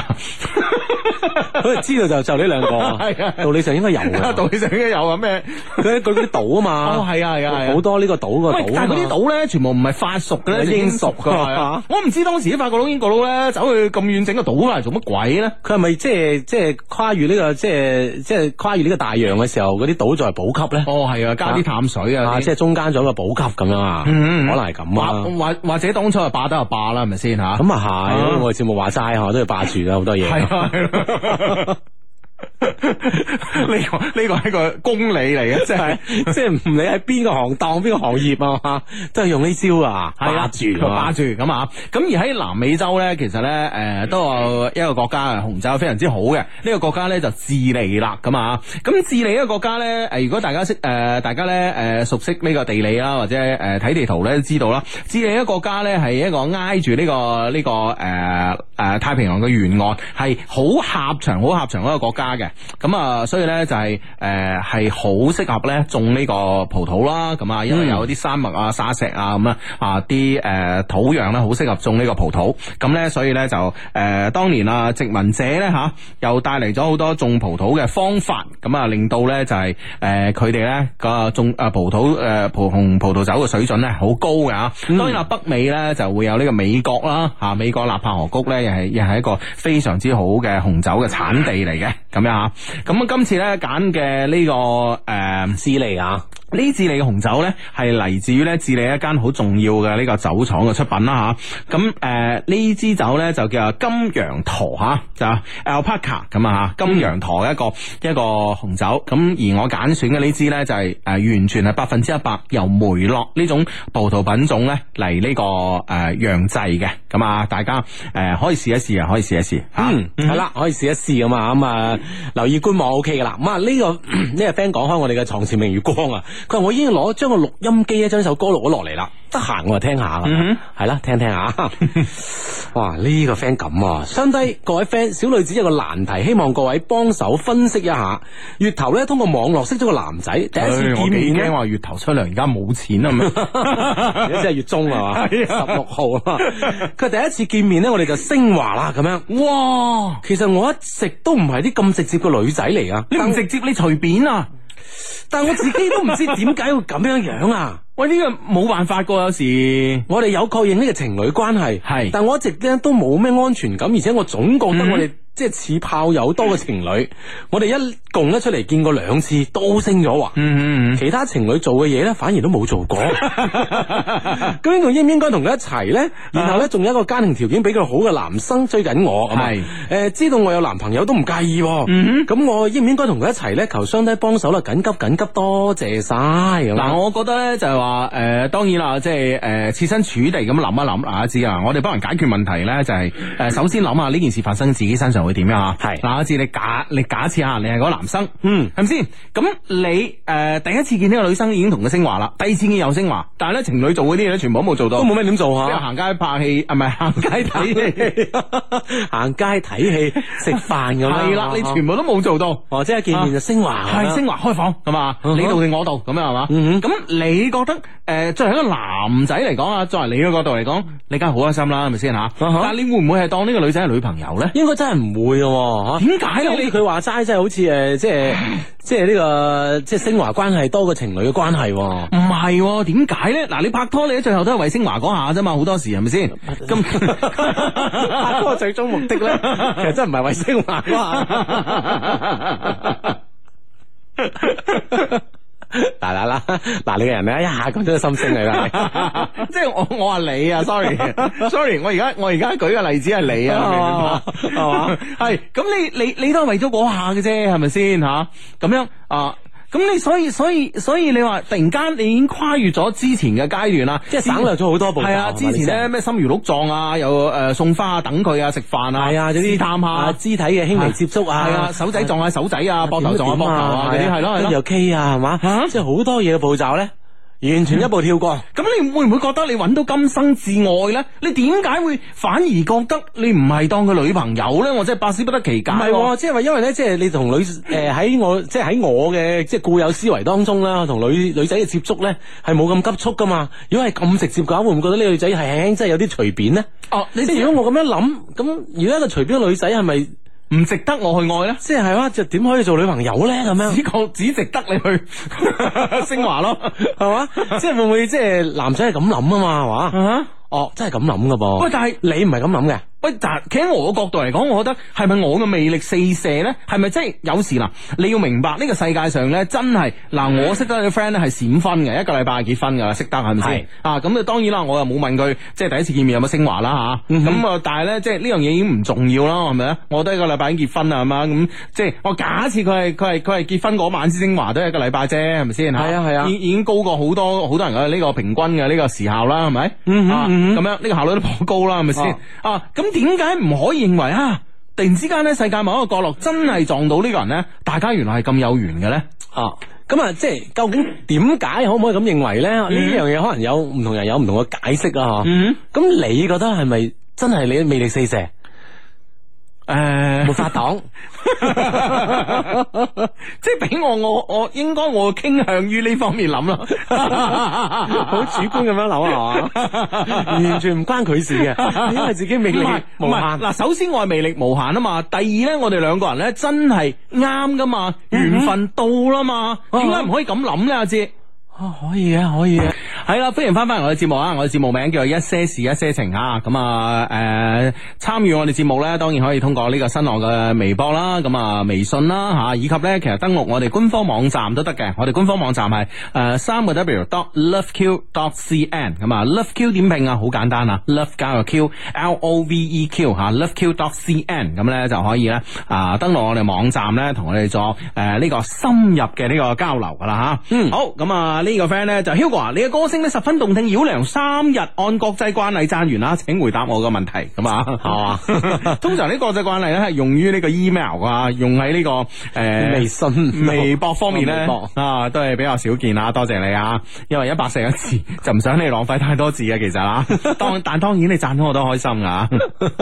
S4: 佢知道就就呢兩
S1: 係啊
S4: 個，道理上應該有
S1: 道
S4: 嘅。
S1: 理上應該有啊咩？
S4: 佢佢嗰啲島啊嘛，
S1: 哦係啊係啊係啊
S4: 好多呢個島個
S1: 喂，
S4: 島啊
S1: 但係
S4: 嘛
S1: 嗰啲島咧，全部唔係法屬嘅咧，
S4: 係
S1: 係
S4: 英
S1: 屬
S4: 屬㗎
S1: 係啊我唔知當時啲法國佬、英國佬咧，走去咁遠整個島嚟做乜鬼咧？
S4: 佢係咪即係即係跨越呢、個即係即係跨越呢個大洋嘅時候，嗰啲島作為補給咧？
S1: 哦，係啊，加啲淡水啊，
S4: 啊，即係中間仲有一個補給咁樣啊？
S1: 嗯嗯
S4: 可能係咁
S1: 或
S4: 啊。
S1: 或或者當初係霸得就霸啦，係咪先吓？
S4: 咁啊
S1: 啊
S4: 係，我哋節目話齋嗬，都要霸住啦，好多嘢。
S1: 係啊，係啊 呢個呢個係一個公理嚟嘅，即係。
S4: 即係唔理喺邊個行當、邊個行業啊嘛，都係用呢招啊，
S1: 係啊
S4: 霸住
S1: 霸
S4: 啊，
S1: 住咁啊！咁而喺南美洲咧，其實咧，誒、都有一個國家嘅紅酒非常之好嘅。呢、個國家咧就智利啦，咁啊，咁智利呢個國家咧，誒、如果大家識誒、大家咧誒、熟悉呢個地理啦，或者誒睇、地圖咧，都知道啦。智利呢個國家咧係一個挨住呢、個呢、個誒誒、太平洋嘅沿岸，係好狹長、好狹長嗰個國家嘅。咁啊，所以咧就係誒係好適合咧種呢個葡萄啦，咁啊，因為有啲山脈啊、沙石啊咁啦，啊啲誒、呃土壤咧好適合種呢個葡萄，咁咧所以咧就誒、呃、當年啊殖民者咧吓、又帶嚟咗好多種葡萄嘅方法，咁啊令到咧就係誒佢哋咧個種啊葡萄誒、呃葡紅葡萄酒嘅水準咧好高嘅啊，當然啦北美咧就會有呢個美國啦吓、啊美國納帕河谷咧又係又係一個非常之好嘅紅酒嘅產地嚟嘅，咁樣啊，咁今次咧揀嘅呢個誒。呃
S4: 智利啊，
S1: 呢智利嘅紅酒呢，係嚟自於呢智利一間好重要嘅呢個酒廠嘅出品啦吓。咁誒呢支酒呢，就叫做金羊駝吓，就 Alpaca 咁啊嚇金羊駝一個、一個紅酒。咁而我揀選嘅呢支呢，就係、誒、完全係百分之一百由梅洛呢種葡萄品種呢嚟呢、個誒釀製嘅。咁啊，大家誒、可以試一試啊，可以試一試嚇。
S4: 嗯，係啦，可以試一試咁啊，咁啊，留意官網 O K 噶啦。咁啊，呢個 呢個 friend 講開我哋嘅床前明月光啊，佢話我已經攞將個錄音機咧將首歌錄咗落嚟啦，得閒我就聽下啦，
S1: 嗯
S4: 係啦，聽聽下。 哇，呢個 friend 咁啊，相低各位 friend，小女子有個難題，希望各位幫手分析一下。月頭咧通過網絡識咗個男仔，第一次
S1: 唉
S4: 見
S1: 我幾
S4: 面咧
S1: 驚。啊話月頭出糧，而家冇錢啊 咁
S4: 而
S1: 樣。
S4: 家即係月 中啊嘛，
S1: 係啊
S4: 十六號啊。佢第一次見面咧，我哋就升華啦咁樣。
S1: 哇！
S4: 其實我一直都唔係啲咁直接嘅女仔嚟啊，
S1: 你唔直接，你隨便啊！
S4: 但我自己都唔知點解會咁樣樣啊。
S1: 喂，呢、個冇辦法噶，有時
S4: 我哋有確認呢個情侶關係，
S1: 係嗯
S4: 但我一直咧都冇咩安全感，而且我總覺得我哋即係似炮友多嘅情侶。我哋一共咧出嚟見過兩次，都升咗華。
S1: 嗯嗯
S4: 其他情侶做嘅嘢咧，反而都冇 做過。究竟我應唔應該同佢一齊咧？然後咧，仲有一個家庭條件比佢好嘅男生追緊我，咁啊
S1: 啊係嗯
S4: 誒，知道我有男朋友都唔介意喎。咁我應唔應該同佢一齊咧？求相低幫手啦，緊急緊急，多謝晒咁。
S1: 嗱，我覺得咧就係話誒，當然啦，即係誒，設身處地咁諗一諗啊，知啊，我哋幫人解決問題咧，就係、誒，首先諗下呢件事發生自己身上會點樣啊。
S4: 嗯係
S1: 嗱，阿志，你假你假設下你係嗰個男生，
S4: 嗯
S1: 係咪先？咁你誒、第一次見呢個女生已經同佢升華啦，第二次見又升華，但係咧情侶做嗰啲嘢咧，全部都冇做到，
S4: 都冇咩點做
S1: 即係
S4: 吓，
S1: 行街拍戲，啊唔係行街睇戲，
S4: 行街睇戲、食飯咁樣。
S1: 係啦，你全部都冇做到。
S4: 哦，即係見面就升華咁樣，
S1: 係升華開房係嘛？
S4: 嗯哼
S1: 你度定我度咁樣係嘛？
S4: 嗯哼
S1: 咁你覺得誒、呃作為一個男仔嚟講啊，作為你嘅角度嚟講，你梗係好開心啦，係咪先吓？但
S4: 哈
S1: 係你會唔會係當呢個女仔係女朋友咧？
S4: 應該真係唔會嘅喎，嚇
S1: 點解
S4: 即係
S1: 咧
S4: 好似佢話齋，即係好似誒，即係即係呢個即係升華關係多過情侶嘅關係喎。
S1: 唔係喎，點解咧？嗱，你拍拖你最後都係為升華嗰下啫嘛，好多時係 咪先？咁拍
S4: 拖最終目的 咧，其實真係唔係為升華啩。大啦啦，嗱你個人咧一下講咗心聲嚟啦，
S1: 即系我我话你啊，sorry，sorry，我而家我而家举嘅例子系你
S4: 哦
S1: 啊，系嘛？系咁你你你都系为咗嗰下嘅啫，系咪先吓？咁样啊？咁你所以所以所以你話突然間你已經跨越咗之前嘅階段啦，
S4: 即係省略咗好多步驟
S1: 係啊，
S4: 係嘛
S1: 之前
S4: 你
S1: 咧
S4: 成
S1: 咩心如鹿撞啊，又誒送花啊，等佢啊，食飯啊，
S4: 係啊，有
S1: 試
S4: 啲
S1: 探下
S4: 啊。肢體嘅輕微接觸啊，
S1: 係啊，手仔撞下手仔啊，膊頭撞下膊頭啊，嗰啲係咯係
S4: 跟住
S1: 咯
S4: 又。K 啊，係嘛
S1: 嚇，
S4: 即係好多嘢嘅步驟咧，完全一步跳過。
S1: 咁你會唔會覺得你揾到今生至愛咧？你點解會反而覺得你唔係當佢女朋友咧？我真係百思不得其解
S4: 唔
S1: 喎。
S4: 係喎，即係話因為咧，即係你同女誒喺我即係喺我嘅即係固有思維當中啦，同女女仔嘅接觸咧係冇咁急促噶嘛。如果係咁直接嘅話，會唔會覺得呢個女仔係輕輕真係有啲隨便咧？
S1: 哦，你
S4: 即係如果我咁樣諗，咁如果一個隨便嘅女仔係咪
S1: 唔值得我去愛咧？
S4: 即係係啦？就點可以做女朋友咧？咁樣
S1: 只覺只值得你去 升 華咯，
S4: 係嘛？即係會唔會即係男仔係咁諗啊嘛？係嘛？
S1: 啊！
S4: 哦，真係咁諗噶噃。
S1: 喂，但係
S4: 你唔係咁諗嘅，
S1: 喂，但係企喺我角度嚟講，我覺得係咪我嘅魅力四射咧？係咪即係有時嗱？你要明白呢、個世界上咧，真係嗱，我識得嘅 friend 咧係閃婚嘅，一個禮拜結婚噶啦，識得係咪
S4: 係
S1: 先？啊，咁啊當然啦，我又冇問佢即係第一次見面有冇升華啦
S4: 嗯
S1: 吓。咁啊、但係咧即係呢樣嘢已經唔重要啦，係咪啊？我都一個禮拜已經結婚啦，係嘛？咁即係我假設佢係佢係佢係結婚嗰晚先升華，都係一個禮拜啫，係咪先？
S4: 係啊係啊
S1: 已已經高過好多好多人嘅呢個平均嘅呢個時效啦，係咪？
S4: 嗯哼
S1: 啊
S4: 嗯哼
S1: 咁樣呢個效率都頗高啦，係咪先
S4: 啊？
S1: 啊，咁點解唔可以認為啊？突然之間咧，世界某一個角落真係撞到呢個人咧，大家原來係咁有緣嘅咧。
S4: 啊，咁啊，即係究竟點解可唔可以咁認為咧？呢樣嘢可能有唔同人有唔同嘅解釋啊，嗬。
S1: 嗯，
S4: 咁你覺得係咪真係你嘅魅力四 射，
S1: 誒
S4: 冇，法擋？
S1: 即係俾我，我我應該我傾向於呢方面諗 啦。
S4: 好主觀咁樣諗啊， 完全唔關佢事 嘅，因為自己魅力
S1: 唔係
S4: 無
S1: 唔係
S4: 限。
S1: 嗱，首先我係魅力無限啊嘛，第二咧，我哋兩個人咧真係啱噶嘛，
S4: 嗯
S1: 緣分到啦嘛，點解唔可以咁諗咧？阿哲。
S4: 啊可以啊，可以啊，
S1: 系啦，歡迎翻翻嚟我哋節目啊！我哋節目名叫做《一些事一些情》啊，咁啊，诶、參與我哋節目咧，當然可以通過呢個新浪嘅微博啦，咁啊，微信啦吓、啊以及咧，其實登錄我哋官方網站都得嘅。我哋官方網站係诶三個 W dot loveq dot cn，咁啊，loveq 點拼啊？好簡單啊，love 加個 Q，L O V E Q 吓、l o v e q dot cn，咁咧就可以咧啊，登錄我哋網站咧，同我哋做诶呢個深入嘅呢個交流噶啦吓。
S4: 嗯
S1: 好咁啊！呢個 friend 咧就 Hugo 啊，你嘅歌聲咧十分動聽，繞梁三日，按國際慣例讚完啦，請回答我個問題咁啊，係嘛？ 通常呢國際慣例咧係用於呢個 email 啊，用喺呢呃個誒
S4: 微信
S1: 微博方面
S4: 微
S1: 咧
S4: 博
S1: 啊，都係比較少見啊。多謝你啊，因為一百四個字就唔想你浪費太多字嘅，其實啊，當但當然你讚到我都開心啊。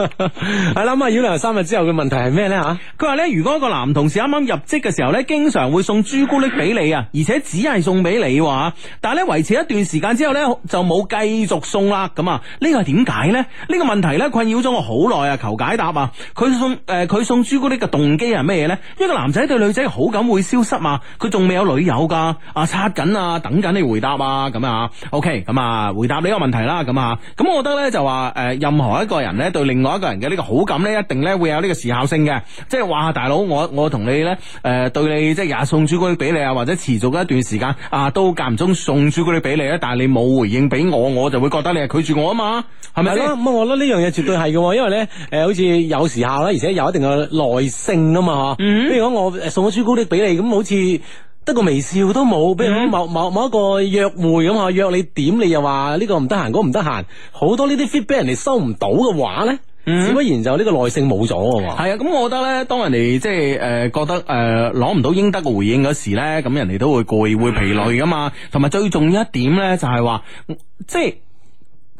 S4: 係啦，咁啊，繞梁三日之後嘅問題係咩啊咧吓？
S1: 佢話咧，如果一個男同事啱啱入職嘅時候咧，經常會送朱古力俾你啊，而且只係送俾你話，但係咧維持一段時間之後咧，就冇繼續送啦。咁啊，呢個係點解呢？呢、個問題咧困擾咗我好耐啊，求解答啊！佢送誒佢、送朱古力嘅動機係咩嘢呢？一個男仔對女仔嘅好感會消失嘛？佢仲未有女友㗎，啊刷緊啊，等緊你回答啊，咁啊，OK，咁啊回答呢個問題啦，咁啊，咁我覺得咧就話誒、呃任何一個人咧對另外一個人嘅呢個好感咧，一定咧會有呢個時效性嘅，即係話大佬，我我同你咧誒、呃、對你即係日日送朱古力俾你啊，或者持續一段時間啊，都間唔中送朱古力俾你咧，但係你冇回應俾我，我就會覺得你係拒絕我啊嘛，係咪
S4: 係
S1: 先
S4: 咯，？咁啊我覺得呢樣嘢絕對係嘅喎，因為咧，誒，好似有時效啦，而且有一定嘅耐性啊嘛，嗬。比如講我誒送咗朱古力俾你，咁好似。得個微笑都冇，比如講某某某一個約會咁啊，約你點你又話呢個唔得閒，嗰個唔得閒，好多呢啲 fit 俾人哋收唔到嘅話咧，只不然就呢個耐性冇咗嘅喎。
S1: 係啊，咁我覺得咧，當人哋即係诶觉得诶攞唔到應得嘅回應嗰時咧，咁人哋都會攰、會疲累噶嘛。同埋最重要一點咧，就係話嗯即係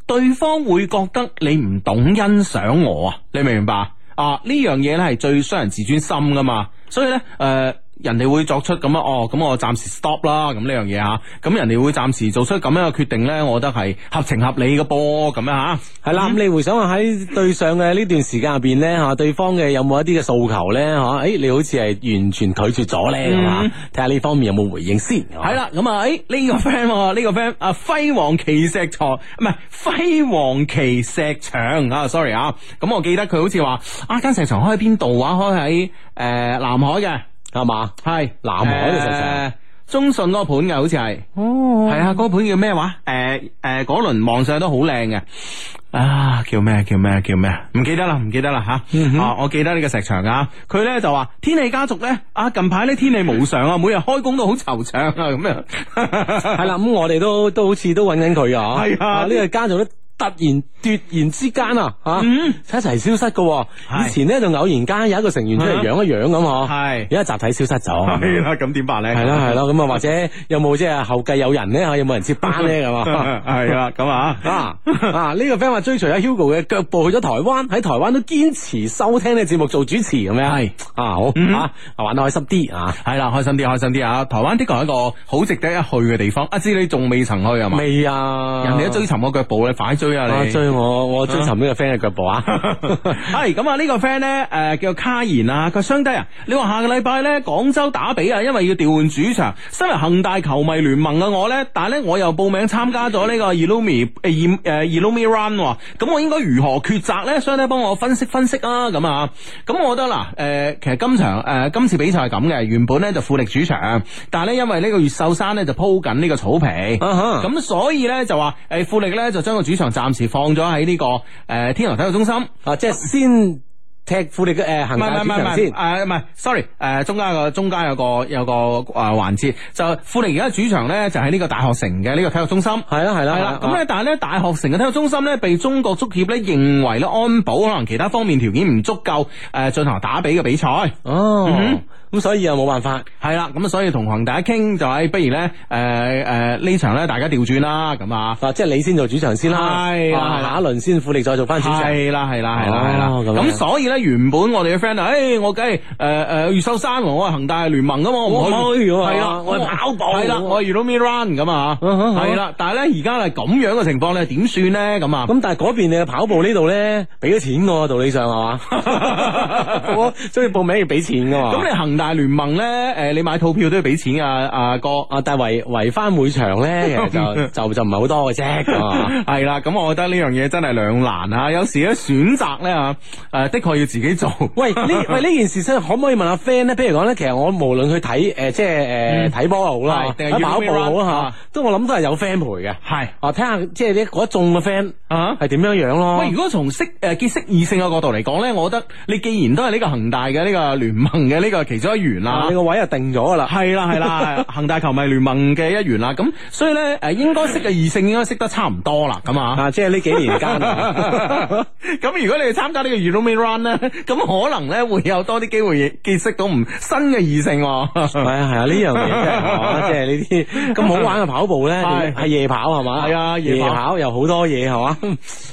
S1: 對方會覺得你唔懂欣賞我啊，你明唔明白啊？呢樣嘢咧係最傷人自尊心噶嘛，所以咧诶。呃人哋會作出咁啊，哦，咁我暫時 stop 啦，咁呢樣嘢嚇，咁人哋會暫時做出咁樣嘅決定咧，我覺得係合情合理嘅噃，咁樣啊嚇。
S4: 系啦，咁你回想下喺對上嘅呢 段時間入边咧，吓對方嘅有冇一啲嘅訴求咧，吓，诶，你好似係完全拒絕咗咧，係嘛？睇下呢方面有冇回應先。
S1: 系
S4: 系，
S1: 啦，咁啊，诶，呢個 friend 喎呢個 friend 啊，輝煌奇石床，唔係輝煌奇石場啊，sorry 啊，咁我記得佢好似話啊間石場開喺邊度啊，開喺诶南海嘅，
S4: 係嘛？
S1: 係
S4: 南海嘅石場
S1: 誒中信嗰個盤嘅，好似係。
S5: 哦，
S1: 系啊，嗰、個盤叫咩話？诶、诶，嗰輪望上去都好靚嘅。啊，叫咩？叫咩？叫咩？唔記得啦，唔記得啦吓。啊，我記得呢個石場啊，佢咧就話天氣家族咧，啊近排咧天氣無常啊，每日開工都好惆悵啊， 咁 樣。
S4: 系啦，咁我哋都都好似都揾緊佢啊，
S1: 係啊
S4: 呢個家族咧突然奪然之間啊，吓一齊消失嘅
S1: 係
S4: 喎，以前咧就偶然間有一個成員出嚟
S1: 係啊
S4: 養一養咁嗬，
S1: 係
S4: 而家集體消失咗。
S1: 係啦，咁點辦咧？
S4: 係啦係啦，咁啊或者有冇即係後繼有人咧？有冇人接班咧？ 咁啊？
S1: 係啦，咁啊。
S4: 啊啊！呢、個 friend 話追隨阿 Hugo 嘅腳步去咗台灣，喺台灣都堅持收聽呢個節目做主持咁樣。係啊，好啊，玩得開心啲啊！
S1: 係啦，開心啲，開心啲啊！台灣的確係一個好值得一去嘅地方。阿知你仲未曾去係嘛？
S4: 未啊，
S1: 人哋都追尋我腳步，你快追啊
S4: 啊
S1: 你！
S4: 追我，我追尋呢個 friend 嘅腳步 啊！
S1: 系咁啊！呢個 friend 咧，诶叫卡贤啊，佢相低啊，你話下個禮拜咧廣州打比啊，因為要調換主場。身為恒大球迷聯盟啊嘅我咧，但係咧我又報名參加咗呢個 Illumi 誒誒 Illumi Run 喎，咁啊我應該如何抉擇咧？相低幫我分析分析啊！咁啊，咁我覺得嗱，誒、其實今場誒、今次比賽係咁嘅，原本咧就富力主場，但係咧因為呢個越秀山咧就鋪緊呢個草皮，咁、
S4: 哈
S1: 所以咧就話誒富力咧就將個主場暫時放咗喺呢個誒、天河體育中心。
S4: 啊，即係先踢富力嘅诶
S1: 唔係唔係唔
S4: 恒大
S1: 係
S4: 主場
S1: 唔係
S4: 先。
S1: 誒唔係，sorry，誒中間有個中間有個有個誒環節，就富力而家主場咧就喺呢個大學城嘅呢個體育中心。
S4: 係啦係啦啊
S1: 係啦，啊咁咧，但係咧，大學城嘅體育中心咧，被中國足協咧認為咧安保可能其他方面條件唔足夠，誒、進行打比嘅比賽。
S4: 哦
S1: 嗯，
S4: 咁所以啊冇辦法。
S1: 係啦，咁所以同恒大傾就係、不如咧，誒誒呢場咧大家調轉啦，咁啊。
S4: 啊，即係你先做主場先啦，
S1: 係啦
S4: 啊
S1: 係啦
S4: 下一輪先富力再做翻主場。
S1: 係啦係啦係啦係啦，
S4: 哦咁
S1: 咁
S4: 樣
S1: 所以咧原本我哋嘅 friend 啊，誒我梗係誒誒越秀山喎，我係恒大聯盟噶嘛，我
S4: 我
S1: 唔
S4: 唔
S1: 去
S4: 去㗎嘛
S1: 係啦，
S4: 哦哎我係跑步
S1: 係啦，我係 u l m i Run 咁啊，
S4: 嗯哼嗯哼
S1: 係啦，但係咧而家係咁樣嘅情況咧，點算咧咁啊？
S4: 咁但係嗰邊你嘅跑步呢度咧，俾咗錢喎，道理上係 嘛？我所以報名要俾錢噶嘛。
S1: 咁你恒大聯盟咧，誒你買套票都要俾錢啊，阿哥。
S4: 啊，但係圍圍翻每場咧， 其實就就就唔係好多嘅啫，咁啊
S1: 係啦，咁我覺得呢樣嘢真係兩難啊！有時咧選擇咧啊，誒的確要自己做。
S4: 喂，呢 喂呢件事真係可唔可以問下 friend 咧？譬如講咧，其實我無論去睇誒，即係呃誒睇波好啦
S1: 嗯係，定係
S4: 睇跑
S1: Euro
S4: 步好
S1: Run，
S4: 啦
S1: 啊
S4: 嚇，都我諗都係有 friend 陪嘅。
S1: 係
S4: 啊，睇下即係呢嗰一眾嘅 friend
S1: 啊
S4: 係點樣樣咯。
S1: 喂，如果從識誒結識異性嘅角度嚟講咧，我覺得你既然都係呢個恒大嘅呢個聯盟嘅呢個其中一員
S4: 啊
S1: 啦
S4: 你。個位就定咗噶啦。
S1: 係啦係啦，恒大球迷聯盟嘅一員啦，咁所以咧誒應該識嘅異性應該識得差唔多啦，咁啊。
S4: 啊，即係呢幾年間 啊，
S1: 咁如果你去參加呢個 u l u m i Run 咧，咁可能咧會有多啲機會結識到唔新嘅異性喎。
S4: 係啊係啊，呢樣嘢真係係嘛，即係呢啲 咁好玩嘅跑步咧，
S1: 係
S4: 係夜跑係嘛？
S1: 係啊夜
S4: 夜
S1: 跑
S4: 跑又好多嘢係嘛，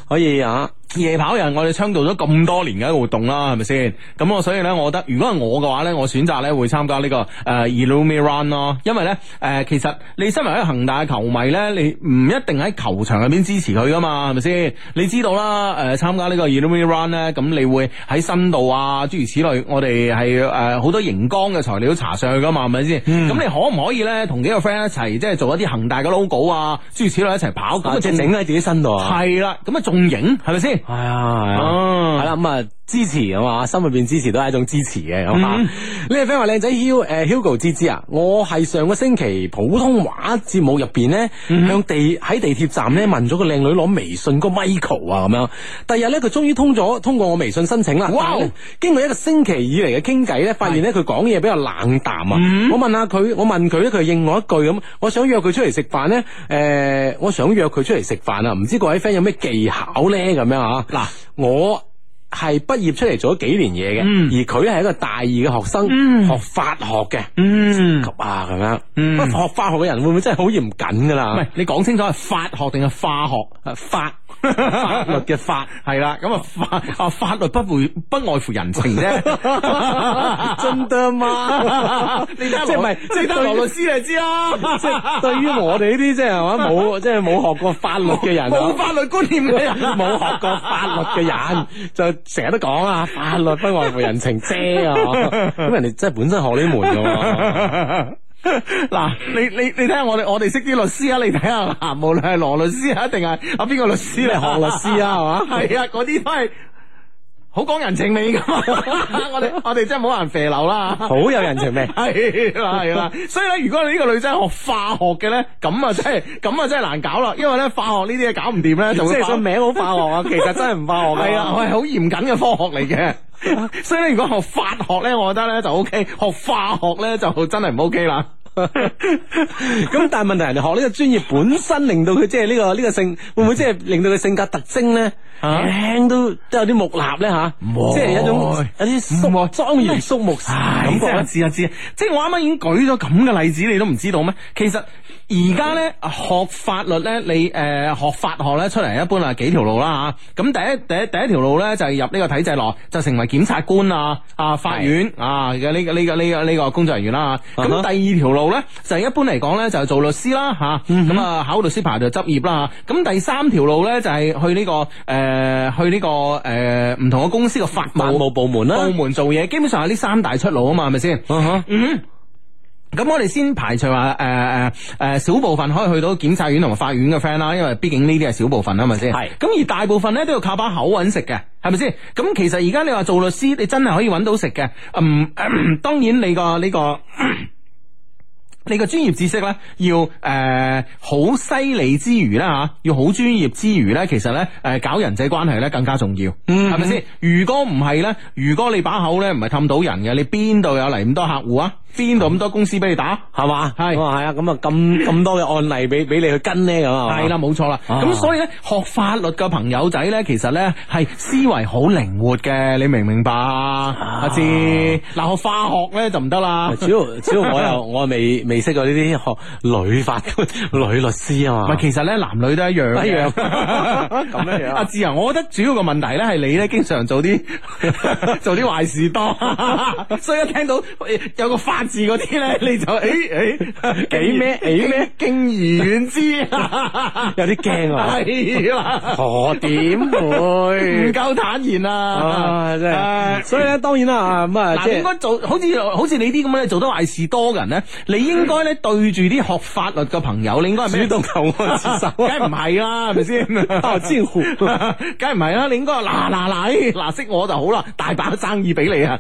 S4: 可以啊。
S1: 夜跑又係我哋倡導咗咁多年嘅一個活動啦，係咪先？咁我所以咧，我覺得如果係我嘅話咧，我選擇咧會參加呢、個誒、呃、Illumi Run 咯，因為咧誒、呃其實你身為一個恒大嘅球迷咧，你唔一定喺球場入邊支持佢噶嘛，係咪先？你知道啦，誒、呃參加呢個 Illumi Run 咧，咁你會喺深度啊諸如此類，我哋係誒好多熒光嘅材料搽上去噶嘛，係咪先？咁、你可唔可以咧同幾個 friend 一齊即係做一啲恒大嘅 logo 啊諸如此類一齊跑咁
S4: 啊
S1: 啊
S4: 即係整喺自己身度啊。
S1: 係啦，咁啊仲型係咪先？
S4: 係啊，係啊。
S1: 哦
S4: 系啦，咁啊支持啊嘛，心入边支持都係一種支持嘅咁啊。呢個 friend 話靚仔 Hugh 诶 Hugo 芝芝啊，我係上個星期普通話節目入边咧，向地喺地鐵站咧問咗個靚女攞微信個 Michael 啊咁樣。第二日咧佢終於通咗通過我微信申請啦。
S1: 哇
S4: 但係呢！經過一個星期以嚟嘅傾偈咧，發現咧佢講嘢比較冷淡啊。我問下佢，我問佢咧，佢應我一句咁，我想約佢出嚟食飯咧，诶、我想約佢出嚟食飯啊，唔知各位 friend 有咩技巧咧咁樣啊？嗱，嗯我。係畢業出嚟做咗幾年嘢嘅，而佢係一個大二嘅學生，學法學嘅，
S1: 嗯，
S4: 咁啊咁樣。不過學法學嘅人會唔會真係好嚴謹㗎啦？
S1: 唔 係你講清楚係法學定係化學？
S4: 係法法律嘅法，
S1: 啊係啦，咁啊法啊法律不回不外乎人情 啫，
S4: 真得嘛？
S1: 你睇下
S4: 即係唔
S1: 羅
S4: 係即係
S1: 你睇下
S4: 對
S1: 羅律師你就知啦，
S4: 即係對於我哋呢啲即係係嘛冇即係冇學過法律嘅人啊，
S1: 冇法律觀念嘅人。
S4: 冇學過法律嘅人，就成日都講啊，法律不外乎人情 啫啊！咁人哋真係本身學呢門嘅喎。
S1: 嗱，你你你睇下我哋我哋識啲律師啊，你睇下嗱，無論係羅律師啊，定係啊邊個律師
S4: 你係學律師啊係嘛
S1: 係啊，嗰啲都係。好講人情味噶嘛， 我哋我哋真係冇人肥流啦。。
S4: 好有人情味
S1: 係啦係啦，所以咧，如果你呢個女仔學化學嘅咧，咁啊真係 咁啊真係難搞啦，因為咧化學呢啲嘢搞唔掂咧，
S4: 即
S1: 就會
S4: 係
S1: 爆
S4: 個名好化學啊，其實真係唔化學㗎
S1: 係啊，我係好嚴謹嘅科學嚟 嘅。所以咧，如果學法學咧，我覺得咧就 O K；學化學咧就真係唔 O K 啦。
S4: 咁但係問題，人哋學呢個專業本身令到佢即係呢個呢個性，會唔會即係令到佢性格特徵咧，
S1: 啊
S4: 輕都都有啲木訥咧吓，
S1: 會
S4: 即係一種有啲肅
S1: 唔會
S4: 莊嚴肅穆感
S1: 咁
S4: 覺
S1: 我
S4: 呢
S1: 知啊知啊，即係我啱啱已經舉咗咁嘅例子，你都唔知道咩？其實而家咧學法律咧，你誒、呃、學法學咧出嚟一般係幾條路啦嚇。咁、第一第一第一條路咧就係、入呢個體制內，就成為檢察官啊啊法院啊嘅呢、個呢、個呢、個呢、個工作人員啦嚇。咁、
S4: 啊哈
S1: 第二條路咧就係一般嚟講咧就係做律師啦嚇。
S4: 嗯
S1: 咁啊、考律師牌就執業啦嚇。咁、第三條路咧就係、去呢、個誒、呃去呢、個誒呃唔、同嘅公司嘅法
S4: 法務部門啦
S1: 部門做嘢，基本上係呢三大出路啊嘛，係咪先？
S4: 啊哈
S1: 嗯。咁我哋先排除話誒誒誒少部分可以去到檢察院同埋法院嘅 friend 啦，因為畢竟呢啲係少部分啊啦，係咪先？
S4: 係
S1: 咁而大部分咧都要靠把口揾食嘅，係咪先？咁其實而家你話做律師，你真係可以揾到食嘅。嗯， 當然你個呢個。你個專業知識咧，要誒好犀利之餘咧嚇，要好專業之餘咧，其實咧誒、搞人際關係咧更加重要，係咪先？如果唔係咧，如果你把口咧唔係氹到人嘅，你邊度有嚟咁多客戶啊？邊度咁多公司俾你打？
S4: 係嘛？
S1: 係
S4: 咁啊係啊，咁啊 咁咁多嘅案例俾俾你去跟咧咁啊，
S1: 係啦，冇錯啦。
S4: 啊
S1: 咁所以咧，學法律嘅朋友仔咧，其實咧係思維好靈活嘅，你明唔明白啊？阿志，嗱學化學咧就唔得啦。
S4: 啊主要主要我又 我未未識過呢啲學女法官、 女律師啊
S1: 唔
S4: 嘛
S1: 係，。其實咧男女都一樣嘅，
S4: 一 樣咁樣樣
S1: 阿志啊，我覺得主要個問題咧係你咧經常做啲 做啲壞事多， 所以一聽到呃有個法字嗰啲咧，你就誒 誒
S4: 幾咩幾咩，
S1: 敬而遠之，
S4: 有啲驚啊！
S1: 係啦，
S4: 我點
S1: 哎唔
S4: 會？
S1: 夠坦然啊
S4: 啊，真係，所以咧，當然啦，咁啊，
S1: 嗱，
S4: 即
S1: 你應
S4: 係
S1: 該做好似好似你啲咁咧做得壞事多嘅人咧，你應該咧對住啲學法律嘅朋友，你應該係咩
S4: 主動求我接受
S1: 梗係唔係啦，係咪先？
S4: 啊，招呼。
S1: 梗係唔係啦，你應該話嗱嗱嗱，嗱識我就好啦，大把生意俾 你啊！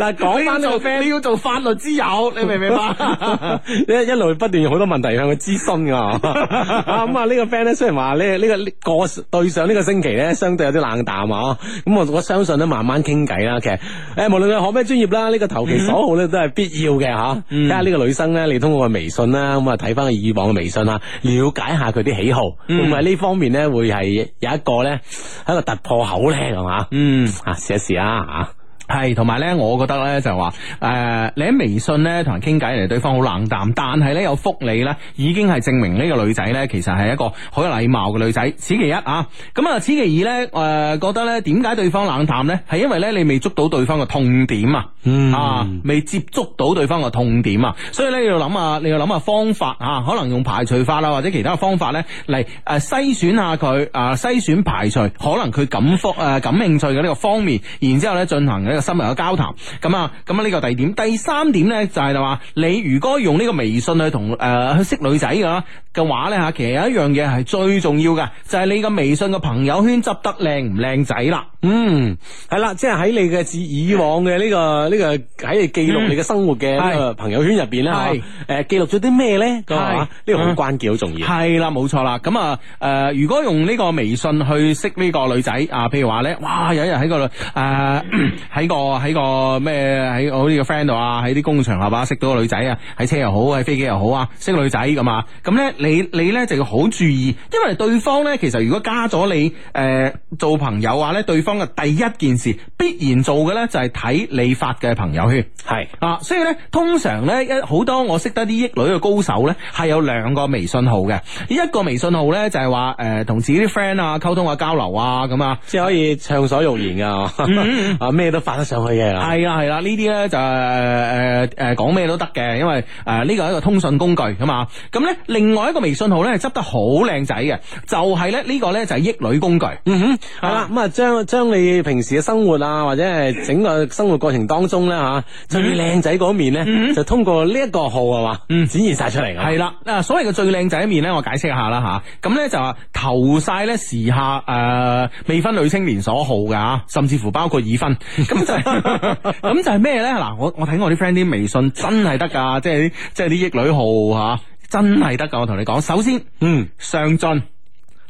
S1: 嗱，
S4: 講返呢個 friend
S1: 你要做法律之友，你明唔明 白？
S4: 一一路不斷有好多問題向佢諮詢噶， 啊咁啊呢個 friend 咧雖然話呢呢個呢個對上呢個星期咧相對有啲冷淡啊，咁我我相信咧慢慢傾偈啦，其實誒無論佢學咩專業啦，呢個投其所好咧都係必要嘅吓，睇下呢個女生咧，你通過個微信啦，咁啊睇翻佢以往嘅微信啦，了解下佢啲喜好，會唔會喺呢方面咧會係有一個咧一個突破口咧係嘛，
S1: 嗯。
S4: 啊試一試啊吓。
S1: 係，同埋咧，我覺得咧就係話，誒、你喺微信咧同人傾偈，人哋對方好冷淡，但係咧有覆你咧，已經係證明呢個女仔咧其實係一個好有禮貌嘅女仔。此其一啊，咁啊，此其二咧，誒、覺得咧點解對方冷淡咧，係因為咧你未捉到對方嘅痛點啊，
S4: 嗯
S1: 啊，未接觸到對方嘅痛點啊，所以咧要諗下，你要諗下方法啊，可能用排除法啊或者其他方法咧嚟誒篩選下佢啊，篩選排除可能佢感覆誒、呃感興趣嘅呢個方面，然之後咧進行呢個深入嘅交談。咁啊，咁啊呢個第二點，第三點咧就係話，你如果用呢個微信去同誒、呃去識女仔嘅話嘅話咧吓，其實有一樣嘢係最重要嘅，就係、你個微信嘅朋友圈執得靚唔靚仔啦。
S4: 嗯，系啦，即係喺你嘅自以往嘅呢、個呢、個喺你記錄你嘅生活嘅呢個朋友圈入邊咧，
S1: 嗯係
S4: 誒、記錄咗啲咩咧？咁
S1: 係
S4: 啊，呢個好關鍵，好重要。
S1: 係啦，冇錯啦。咁啊，誒、如果用呢個微信去識呢個女仔啊，譬如話咧，哇，有一日喺個誒呃 喺個喺個咩喺我呢個 friend 度啊，喺啲公共場合啊，識到個女仔啊，喺車又好，喺飛機又好啊，識女仔咁啊，咁咧你你咧就要好注意，因為對方咧其實如果加咗你誒、呃做朋友啊咧，對方嘅第一件事必然做嘅咧就係睇你發嘅朋友圈。
S4: 係
S1: 啊，所以咧，通常咧，一好多我識得啲益女嘅高手咧，係有兩個微信號嘅，一個微信號咧就係話誒同自己啲 friend 啊溝通啊交流啊咁啊。
S4: 即係可以暢所欲言 噶，啊咩都發得上去嘅。
S1: 嗯係啦係啦，呢啲咧就誒誒誒講咩都得嘅，因為誒呢個係一個通訊工具啊嘛。咁咧，另外一個微信號咧執得好靚仔嘅，就係咧呢個咧就係益女工具。
S4: 嗯哼，係啦，咁啊，將將將你平時嘅生活啊，或者係整個生活過程當中咧吓、啊最靚仔嗰面咧，
S1: 嗯
S4: 就通過呢一個號啊係嘛，展現晒出嚟㗎。
S1: 系啦，嗱，所謂嘅最靚仔一面咧，我解釋一下啦吓。咁咧就話投晒咧時下诶、呃未婚女青年所好嘅吓，甚至乎包括 已婚。咁就係 咁就係咩咧？嗱，我我睇我啲 friend 啲微信真係得㗎，即係即系啲益女號吓、真係得㗎。我同你講，首先
S4: 嗯，
S1: 上進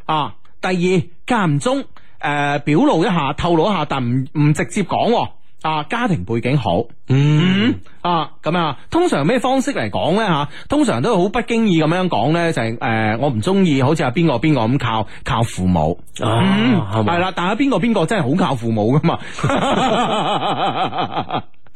S1: 啊，第二間唔中诶、呃表露一下、透露一下，但唔唔直接講喎。啊，家庭背景好，嗯啊，咁啊，通常咩方式嚟講咧吓？通常都好不經意咁樣講咧，就係呃我唔中意好似阿邊個邊個咁靠靠父母，嗯
S4: 啊，係嘛
S1: 係啦，但係邊個邊個真係好靠父母噶嘛。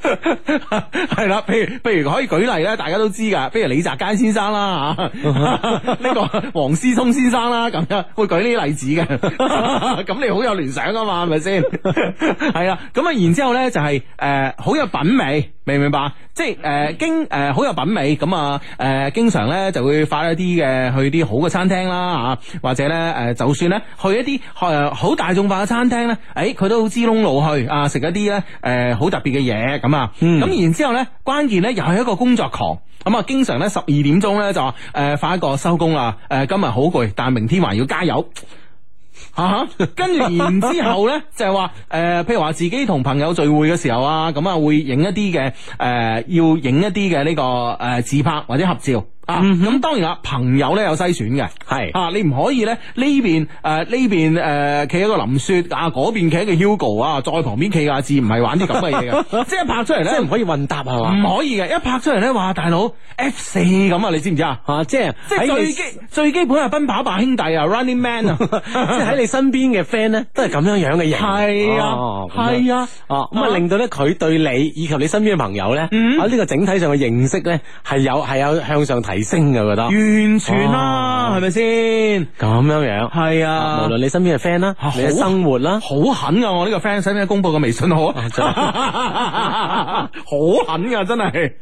S1: 係啦，譬如譬如可以舉例咧，大家都知噶，譬如李澤楷先 生啦吓，呢個黃思聰先生啦，咁樣會舉呢啲例子嘅， 咁你好有聯想噶嘛，係 咪先？係啦，咁啊，然之後咧就係诶好有品味。明唔明白？即係誒、呃、經誒、呃好有品味咁啊誒，經常咧就會發一啲嘅去啲好嘅餐廳啦嚇，或者咧誒、呃就算咧去一啲誒好大眾化嘅餐廳咧，誒、佢都好知窿路去啊，食一啲咧誒好特別嘅嘢咁啊。咁、然之後咧，關鍵咧又係一個工作狂。咁啊，經常咧十二點鐘咧就話誒、呃、發一個收工啦，誒、今日好攰，但係明天還要加油。啊哈！跟住然之 後咧，就係話诶，呃譬如話自己同朋友聚會嘅時候啊，咁啊會影一啲嘅诶，要影一啲嘅呢個诶、呃自拍或者合照啊。
S4: 嗯
S1: 咁、當然啦，朋友咧有篩選嘅，
S4: 係
S1: 啊，你唔可以咧呢邊诶呢邊诶企一個林雪啊，嗰邊企一個 Hugo 啊，再旁邊企阿志，唔係玩啲咁嘅 嘢嘅，即係拍出嚟
S4: 即
S1: 咧
S4: 係唔可以混搭係嘛，
S1: 唔可以嘅，一拍出嚟咧話大佬 F 四咁啊，你知唔知啊？
S4: 啊，即係
S1: 即係
S4: 喺
S1: 最
S4: 你
S1: 基最基本係奔跑吧兄弟啊，Running Man 啊，
S4: 即係喺你身邊嘅 friend 咧，都係咁樣樣嘅人。
S1: 係啊
S4: 哦，咁樣
S1: 係啊，嗯
S4: 哦，咁啊令到咧佢對你以及你身邊嘅朋友咧，喺呢個整體上嘅認識咧，係有係有向上提升嘅，我覺得
S1: 完全啦，
S4: 哦
S1: 係咪先？
S4: 咁樣樣。
S1: 係
S4: 啊
S1: 啊
S4: 無論你身邊嘅 friend 啦
S1: 啊，
S4: 你嘅
S1: 好
S4: 生活啦，
S1: 好狠噶！我呢個 friend 使唔使公布個微信號 啊？好狠噶，真係。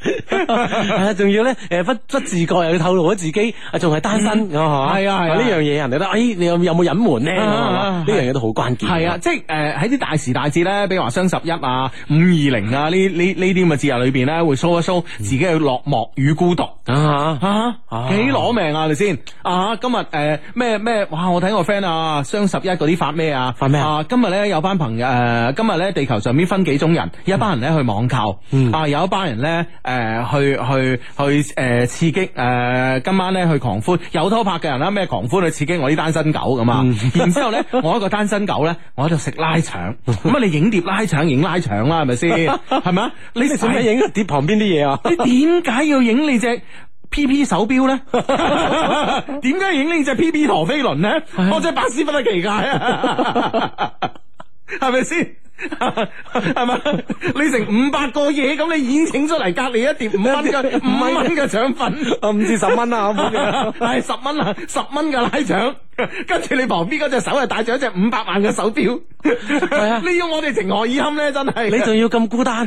S4: 啊，仲要咧，诶，不不自覺又要透露咗自己啊，仲係單身，哦係嘛？
S1: 係啊係啊
S4: 呢樣嘢人哋覺得，诶，你有有冇隱瞞咧？係
S1: 啊啊
S4: 嘛
S1: 啊
S4: 呢樣嘢都好關鍵。
S1: 係啊，，即係诶喺啲大時大節咧，比如話雙十一啊、五二零啊呢呢呢啲咁嘅節日裏边咧，會 show 一 show 自己嘅落寞與孤獨。
S4: 啊嚇
S1: 啊，幾攞命啊！你先啊，今日誒咩咩哇！我睇我 friend 啊，雙十一嗰啲發咩啊？
S4: 發咩啊
S1: 啊？今日咧有班朋友誒、呃今日咧地球上面分幾種人，有一班人咧去網購，
S4: 嗯
S1: 啊有一班人咧誒、去去去誒、刺激誒、呃今晚咧去狂歡，有拖拍嘅人啦，咩狂歡去刺激我啲單身狗咁
S4: 嗯
S1: 啊！然之後咧，我一個單身狗咧，我喺度食拉腸，咁啊你影碟拉腸影拉腸啦，係 咪先？係咪啊？你
S4: 你做咩影個碟旁邊啲嘢啊？
S1: 你點解要影你隻 P P 手 錶咧？點解要影你隻 P P 陀飛輪咧？我真係百思不得其解啊！ 係咪先？ 係咪？你成五百個嘢咁，你演整出嚟，隔離一碟五蚊 嘅五蚊嘅腸 粉。
S4: 啊，五至十蚊啊，咁樣
S1: 系十蚊啊，十蚊嘅拉腸，跟住你旁邊嗰隻手係戴住一隻五百萬嘅手錶，
S4: 啊
S1: 你要我哋情何以堪咧？真係
S4: 你仲要咁孤 單，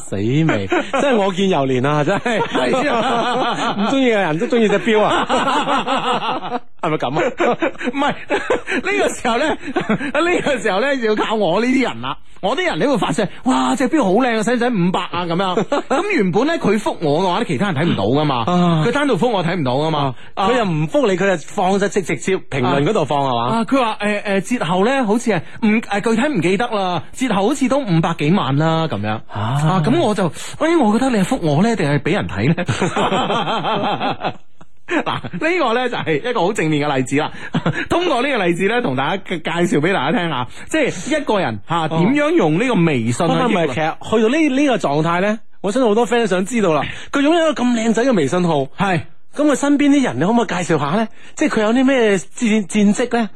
S4: 死未？真係我見猶憐啊，真係。
S1: 係啊
S4: 唔中意嘅人都中意隻表 啊，係咪咁啊？
S1: 唔係呢 個時候咧，呢、個時候咧就要靠我呢啲人啦。我啲人你會發現，哇隻表好靚啊，使唔使五百啊咁 樣？咁原本咧佢覆我嘅話咧，其他人睇唔到噶嘛，
S4: 啊
S1: 佢單獨覆我睇唔到噶嘛，啊
S4: 佢又唔复你，佢就放咗直直接評論嗰度放係嘛？
S1: 啊！佢話誒誒節後咧，好似係唔誒具體唔記得啦，節後好似都五百幾萬啦咁樣啊！咁我就，喂，我覺得你係覆我咧，定係俾人睇 咧？嗱，呢個咧就係一個好正面嘅例子啦。 通過呢個例子咧，同大家介紹俾大家聽下，即係一個人嚇點樣用呢個微信
S4: 哦咁
S1: 啊
S4: 係咪其實去到呢呢个状态咧，我相信好多 friend 想知道啦。佢擁有一個咁靚仔嘅微信號，咁
S1: 係。
S4: 佢身邊啲人，你可唔可以介紹下咧？即係佢有啲咩戰战绩咧？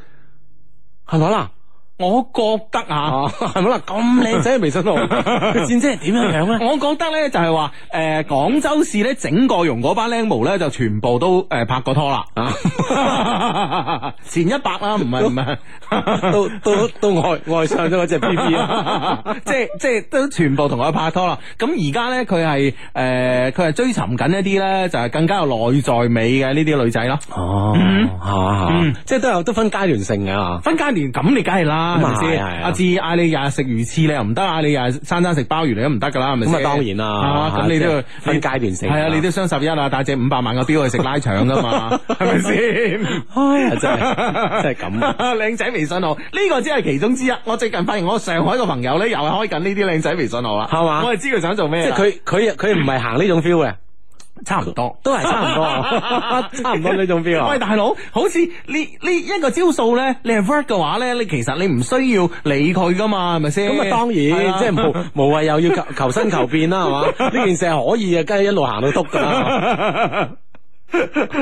S4: 係咪啦？
S1: 我覺得啊，
S4: 啊，係咪啦？咁靚仔嘅微信號，佢戰績係點樣 樣咧？
S1: 我覺得咧就係話，誒、廣州市咧整個容嗰班僆模咧就全部都誒、拍過拖啦，啊前一百啦，唔係唔係，
S4: 都都都愛爱 上咗嗰 只 B B 啊！
S1: 即係即係都全部同佢拍拖啦。咁而家咧佢係誒佢係追尋緊一啲咧就係更加有內在美嘅呢啲女仔啦。嗯
S4: 哦，係嘛係嘛，即係都有都分階段性嘅啊。
S1: 分階段咁你梗係啦，啦，係咪
S4: 咁
S1: 先？
S4: 啊係係
S1: 阿志嗌你日日食魚翅，你又唔得；嗌你日日餐餐食鮑魚，你都唔得噶啦，係咪
S4: 咁啊
S1: 先？
S4: 當然啦
S1: 啊咁你都要
S4: 即係分階段食
S1: 係啊，你都雙十一啊，帶只五百萬嘅表去食拉腸 噶嘛，係咪先？
S4: 哎呀， 真係真係咁 啊！
S1: 靓仔微信號呢、個只係其中之一。我最近發現我上海個朋友咧，又係開緊呢啲靚仔微信號啦，
S4: 係嘛
S1: 我係知佢想做咩
S4: 即
S1: 啦，
S4: 係佢佢佢唔係行呢種 feel 嘅，
S1: 差唔多。
S4: 都係差唔多啊， 差唔多呢種 feel
S1: 喂，
S4: 啊。
S1: 大佬，好似呢呢一個招數咧，你係 work 嘅話咧，你其實你唔需要理佢噶嘛，係咪先？
S4: 咁啊，當然
S1: 係啊
S4: 即係無無謂又要求求新求變啦，係 嘛？呢件事係可以啊，梗係一路行到篤㗎啦。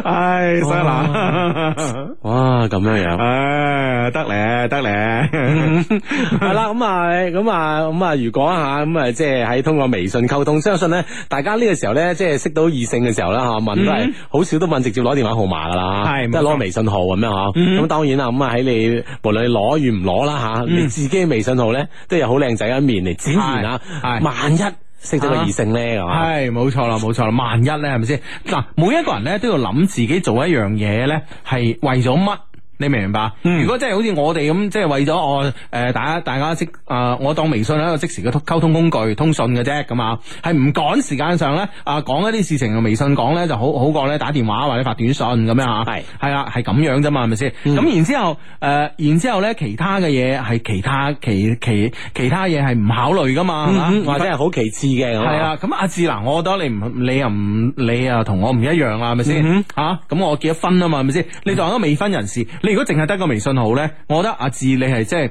S1: 唉，所以
S4: 哇
S1: 嗱，
S4: 哇，咁樣樣。
S1: 唉，啊得 咧，得咧，
S4: 系啦，咁啊，咁啊，咁啊，如果吓咁啊，即系喺通過微信溝通，相信咧，大家呢個時候咧，即係識到異性嘅時候啦，吓問都係好少都問直接攞電話號碼噶啦，
S1: 嗯係
S4: 都係
S1: 冇錯嗯
S4: 攞微信號咁樣吓。咁當然啦，咁啊喺你無論你攞與唔攞啦吓，你自己嘅微信號咧都有好靚仔嘅一面嚟展現啊
S1: 係。係
S4: 萬一識咗個異性咧，啊係嘛？
S1: 系冇錯啦，冇錯啦，萬一咧係咪先？嗱，每一個人咧都要諗自己做一樣嘢咧係為咗乜？你明唔明白？
S4: 嗯
S1: 如果真係好似我哋咁，即係為咗我誒、呃大家大家即啊、我當微信係一個即時嘅通溝通工具，通訊嘅啫咁啊，係唔趕時間上咧啊、講一啲事情用微信講咧就好好過咧打電話或者發短信咁樣嚇。
S4: 係嗯
S1: 係啦，係咁樣啫嘛，係咪先？咁、然之後，誒、然之後咧，其他嘅嘢係其他其其其他嘢係唔考慮噶嘛，係嘛、
S4: 嗯或者係好其次嘅咁
S1: 系
S4: 啊。
S1: 啊，咁阿志嗱，我覺得你唔，你又唔，你又同我唔一樣啦，係咪先？
S4: 嗯
S1: 吓、咁我結咗婚啊嘛，係咪先？你作為一個未婚人士，你如果淨係得個微信號咧，我覺得阿志你係即係，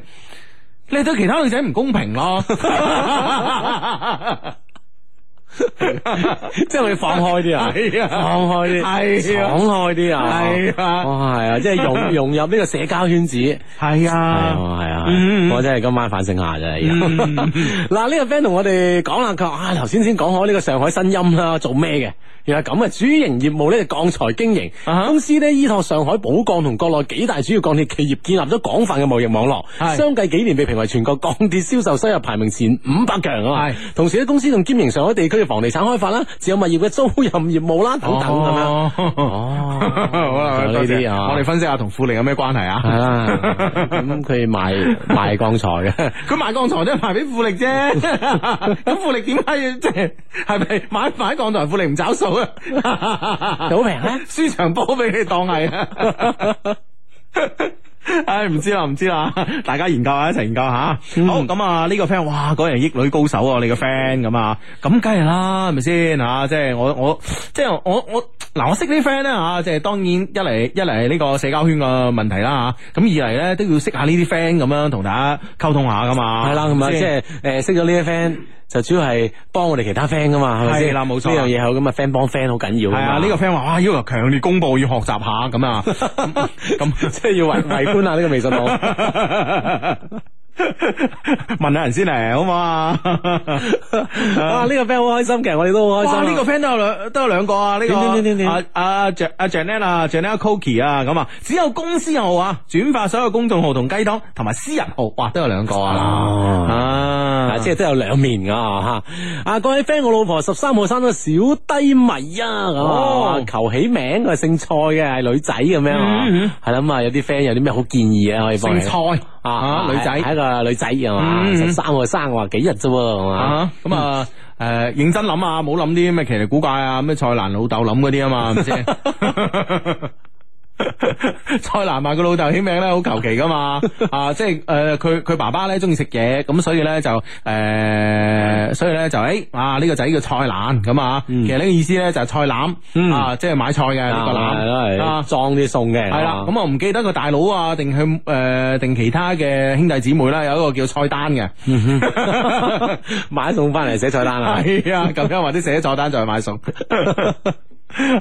S1: 你對其他女仔唔公 平咯。
S4: 即係我哋放開啲啊，
S1: 係啊
S4: 放開啲，
S1: 係啊
S4: 敞開啲啊，
S1: 係啊
S4: 哇，係啊，即係 融融入呢個社交圈子。
S1: 係
S4: 係啊
S1: 啊，
S4: 係啊，
S1: 嗯
S4: 我真係今晚反省下啫。要 嗱，呢個 friend 同我哋講啦，佢話啊，頭先先講開呢個上海新音啦，做咩嘅？原來咁嘅主營業務咧就鋼材經營，
S1: 啊哈
S4: 公司咧依託上海寶鋼同國內幾大主要鋼鐵企業建立咗廣泛嘅貿易網
S1: 係
S4: 絡，相繼幾年被評為全國鋼鐵銷售收入排名前五百強啊
S1: 係
S4: 嘛。同時咧，公司仲兼營上海地區嘅房地產開發啦、自有物業嘅租賃業務啦等等咁樣。
S1: 哦， 好啦，
S4: 仲有呢啲啊
S1: 我哋分析下同富力有咩關係
S4: 係
S1: 啊？
S4: 啦，咁佢賣賣鋼材嘅。
S1: 佢賣鋼材都係賣俾富力啫， 咁富力點解要即係係咪買買鋼材富力唔找數啊？
S4: 好平咧，
S1: 输场波俾你当系啊！唉，唔知啦，唔知啦，大家研究下，一齊研究下。
S4: 嗯
S1: 好，咁啊，呢個 friend，哇，嗰人益女高手啊，你個 friend 咁啊，咁梗係啦，係咪先吓？即係我我即係我我嗱，我識啲 friend 咧吓，即係當然一嚟一嚟呢個社交圈嘅問題啦吓，咁二嚟咧都要識下呢啲 friend 咁樣同大家溝通下噶嘛。
S4: 系啦，咁啊，
S1: 係咪
S4: 即
S1: 先
S4: 系诶，誒識咗呢啲 friend 就主要係幫我哋其他 friend 噶嘛，係咪
S1: 係
S4: 先？
S1: 啦冇錯
S4: 呢樣嘢係咁啊，friend 幫 friend 好緊要㗎
S1: 係啊，
S4: 嘛
S1: 呢個 friend 話哇，要強烈公佈，要學習下咁啊，咁咁
S4: 即係要 圍圍觀下呢個微信 號。
S1: 问下人先嚟好嘛？
S4: 啊，呢個 friend 好開心，其實我哋都好開心
S1: 哇！
S4: 啊。
S1: 呢個 friend 都有兩都有兩個啊，呢個
S4: 點點點點
S1: 啊啊 Jan 啊 Janelle 啊 Janelle Cokie 啊咁啊，只有公司號啊，轉發所有公眾號同雞湯同埋私人號，哇都有兩個
S4: 哦
S1: 啊
S4: 啊，，即係都有兩面噶吓。啊，各位 friend，我老婆十三號生咗小低迷啊，咁啊
S1: 哦
S4: 求起名，佢係姓蔡嘅，係女仔咁樣啊
S1: 嗯嗯。
S4: 係啦，咁啊，有啲 friend 有啲咩好建議啊，可以幫
S1: 姓
S4: 你
S1: 蔡啊女
S4: 係
S1: 仔
S4: 一個女仔啊
S1: 嗯
S4: 嘛，
S1: 嗯
S4: 十三號生，我話幾日啫喎，係嘛。
S1: 啊 咁啊。誒認真諗啊，冇諗啲咩奇離古怪啊，咩蔡瀾老豆諗嗰啲 啊嘛，係咪先？ 蔡瀾話佢老豆起名咧好求其噶嘛，啊，即係誒佢佢爸爸咧中意食嘢，咁所以咧就誒、所以咧就誒、啊呢、個仔叫蔡瀾咁啊，
S4: 嗯
S1: 其實呢個意思咧就係菜籃、啊，即係買菜嘅呢個
S4: 係啦
S1: 籃啊
S4: 係。裝啲餸嘅，啊
S1: 系啦，咁我唔記得個大佬啊，定佢诶，定其他嘅兄弟姊妹啦，有一個叫菜單嘅，
S4: 嗯 買餸翻嚟寫菜單啊！
S1: 係啊，咁樣或者寫咗單再去買餸。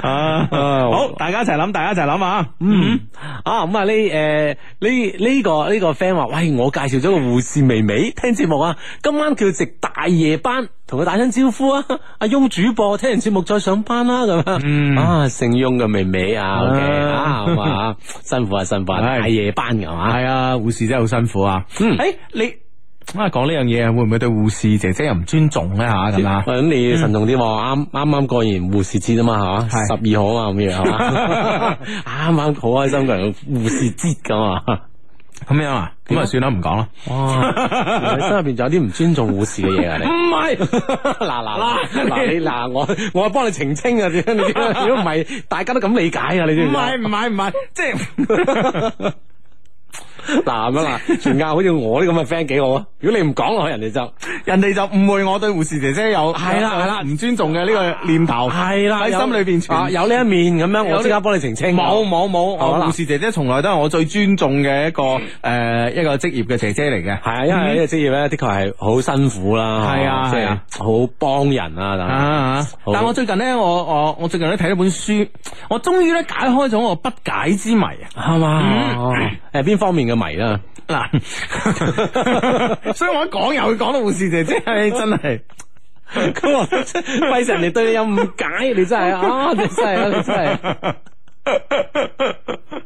S1: 啊，好，大家一齊諗，大家一齊諗啊！嗯，
S4: 啊咁啊呢誒呢呢個呢、個 friend 話：，喂，我介紹咗個護士微微聽節目啊，今晚叫值大夜班，同佢打聲招呼啊！阿翁主播聽完節目再上班啦、咁樣、
S1: 嗯
S4: 啊，姓翁嘅微微啊，OK 啊，咁啊，辛苦啊，辛苦啊，
S1: 係
S4: 大夜班㗎嘛，
S1: 係 啊，護士真係好辛苦啊。
S4: 嗯
S1: 誒，你啊講呢樣嘢，會唔會對護士姐姐又唔尊重咧吓咁啊？
S4: 喂咁你慎重啲喎，啱啱啱過完護士節啊嘛，係嘛？
S1: 係
S4: 十二 號啊嘛，咁樣係嘛？啱啱好開心過完護士節噶嘛，
S1: 咁样啊，咁啊算啦，唔講啦。
S4: 哇！你心入边仲有啲唔尊重護士嘅嘢啊！你
S1: 唔係，
S4: 嗱嗱嗱 嗱你嗱我我幫你澄清啊！你知唔知如果唔係，大家都咁理解啊！你知
S1: 唔
S4: 唔知啊？
S1: 係，唔係，唔係，即係
S4: 嗱咁樣啦，全教好似我呢咁嘅 friend 幾好啊！如果你唔講落去，人哋就
S1: 人哋就誤會我對護士姐姐有
S4: 係啦
S1: 有
S4: 係啦
S1: 唔尊重嘅呢個念頭。
S4: 係啦
S1: 喺
S4: 有
S1: 心裏邊存
S4: 啊有呢一面咁樣，
S1: 有呢
S4: 我即刻幫你澄清。啊
S1: 冇冇冇，嗯我
S4: 好啦
S1: 護士姐姐從來都係我最尊重嘅一個誒一個職業嘅姐姐嚟嘅。
S4: 係啊，因為呢個職業咧，的確係好辛苦啦，
S1: 嗯
S4: 哦
S1: 係啊
S4: 即
S1: 係
S4: 係
S1: 啊
S4: 好幫人啊，等等
S1: 啊！
S4: 好
S1: 但我最近咧，我我我最近咧睇咗本書，我終於咧解開咗我不解之謎啊！
S4: 係嘛？哦誒邊方面嘅迷啊啦？
S1: 嗱， 所以我一講又講到護士姐姐，唉真係。
S4: 咁我費事人哋對你有誤解，你真係啊！你真係啊！你真係。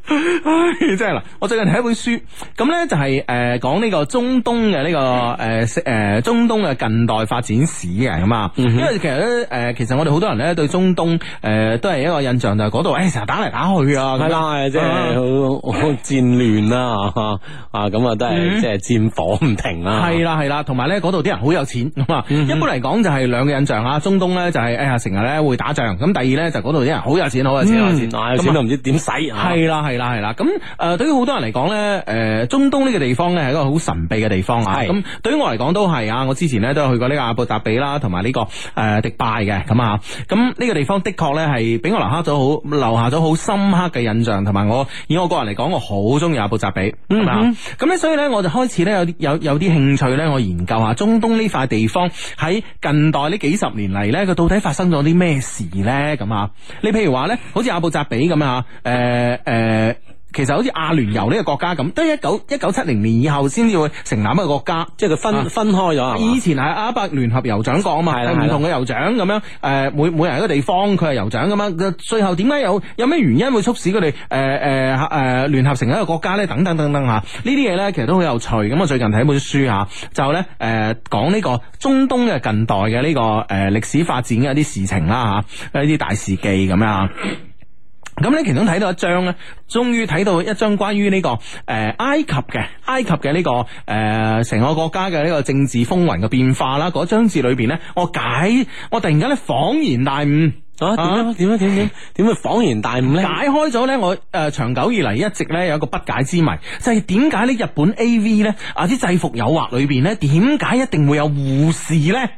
S1: 唉，真系嗱，我最近睇一本書，咁咧就係诶讲呢個中東嘅呢、個个诶诶中東嘅近代發展史嘅咁啊，
S4: 嗯
S1: 因為其實咧诶、呃其實我哋好多人咧對中東诶、呃都係一個印象就係嗰度诶成日打嚟打去啊，
S4: 系啦，即係好好戰亂啦，啊啊咁啊都
S1: 嗯
S4: 係即係戰火唔停啦。
S1: 系啦系啦，同埋咧嗰度啲人好有錢 咁啊。
S4: 嗯
S1: 一般嚟講就係兩個印象啊，中東咧就係哎呀成日咧會打仗，咁第二咧就嗰度啲人好有錢，好有錢，好有錢，
S4: 嗯，啊有
S1: 咁啊
S4: 錢都唔知點使啊。
S1: 系啦，系啦，系啦。咁诶、呃，对于好多人嚟講咧，诶、中東呢個地方咧係一個好神秘嘅地方啊。
S4: 係
S1: 咁對於我嚟講都係啊，我之前咧都有去過呢個阿布達比啦，同埋呢個诶、呃迪拜嘅咁啊。咁呢個地方的確咧係俾我留下咗好留下咗好深刻嘅印象，同埋我以我個人嚟講，我好中意阿布達比，係咪啊咁咧，所以咧我就開始咧有啲有有啲興趣咧，我研究下中東呢塊地方喺近代呢幾十年嚟咧，佢到底發生咗啲咩事咧？咁啊，你譬如話咧，好似阿布扎比咁啊，誒、誒。其實好似阿聯酋呢個國家咁，都係一九一九七零年以後先至會成立一個國家。
S4: 即係佢
S1: 啊
S4: 分分開咗係嘛
S1: 以前係阿拉伯聯合酋長國啊嘛，
S4: 係啦
S1: 係
S4: 係
S1: 唔
S4: 啦
S1: 同嘅酋長咁樣，誒、每每人一個地方佢係酋長咁樣，佢最後點解有有咩原因會促使佢哋誒誒誒聯合成一個國家咧？等等等等嚇，呢啲嘢咧其實都好有趣。咁我最近睇本書嚇，就咧誒、講呢個中東嘅近代嘅呢、個誒、歷史發展嘅一啲事情啦嚇，一啲大事記咁樣啊。咁咧，其中睇到一張咧，終於睇到一張關於呢、個誒、呃埃及嘅埃及嘅呢、個誒成、個國家嘅呢個政治風雲嘅變化啦。嗰張字裏邊咧，我解我突然間咧恍然大悟。
S4: 啊？點樣點樣點點點會恍然大悟咧？
S1: 解開咗咧，我誒、呃、長久以嚟一直咧有一個不解之謎，就係點解呢日本 A.V. 咧啊啲制服誘惑裏邊咧，點解一定會有護士咧？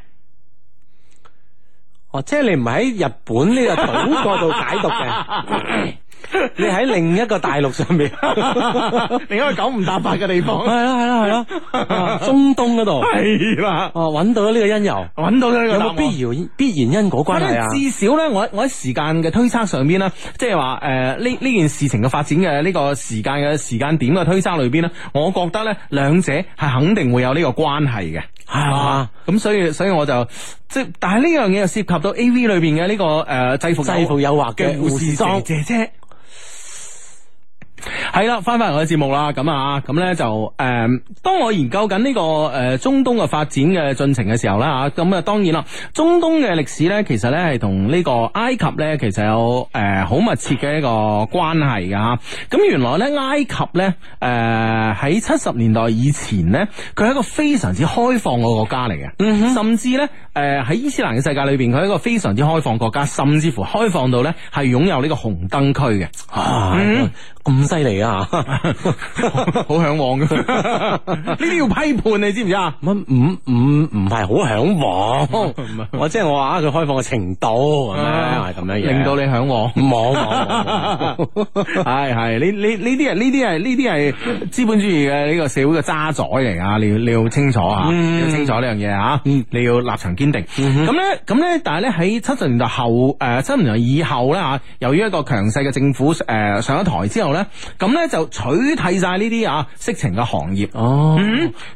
S4: 哦，即係你唔係喺日本呢個島國度解讀嘅， 你喺另一個大陸上面。係
S1: 另一個九唔搭八嘅 地方，
S4: 啦係啦係啦啊，中東嗰度
S1: 係啦，
S4: 哦，揾到呢個因由，
S1: 揾到咗呢個
S4: 有
S1: 答
S4: 冇
S1: 案
S4: 必然必然因果關係啊？
S1: 至少咧，我我喺時間嘅推測上邊咧，即係話誒呢呢件事情嘅發展嘅呢個時間嘅時間點嘅推測裏邊咧，我覺得咧兩者係肯定會有呢個關係嘅。啊
S4: 係嘛？
S1: 咁所以所以我就即係但係呢樣嘢又涉及到 A V 裏邊嘅呢個誒、呃制服
S4: 制服誘惑
S1: 嘅
S4: 嘅
S1: 護
S4: 護
S1: 士
S4: 士
S1: 裝
S4: 裝
S1: 姐姐。系啦，翻翻嚟我嘅節目啦，咁啊，咁咧就誒、當我研究緊呢、個誒、中東嘅發展嘅進程嘅時候啦嚇，咁啊當然啦，中東嘅歷史咧，其實咧係同呢個埃及咧，其實有誒好、密切嘅一個關係嘅嚇。咁原來咧，埃及咧誒喺七十年代以前咧，佢係一個非常之開放嘅國家嚟嘅，甚至咧誒喺伊斯蘭嘅世界裏邊，佢係一個非常之開放國家，甚至乎開放到咧係擁有呢個紅燈區嘅。
S4: 啊，咁犀利啊！
S1: 好向往嘅， 呢啲要批判你知唔知啊？，
S4: 乜唔唔唔係好向 往我即係我話啊佢開放嘅程度咁樣係咁樣嘢，
S1: 令到你向 往。
S4: 冇 冇冇冇
S1: 係係呢呢呢啲係呢啲係呢啲係資本主義嘅呢個社會嘅渣滓嚟啊！你要你要清楚啊，你要清楚呢樣嘢啊，你要立場堅定。咁咧咁咧，但係咧喺七十年代後誒七十年代以後咧嚇，由於一個強勢嘅政府誒、呃上咗台之後咧，咁咧就取締晒呢啲啊色情嘅行業。
S4: 哦，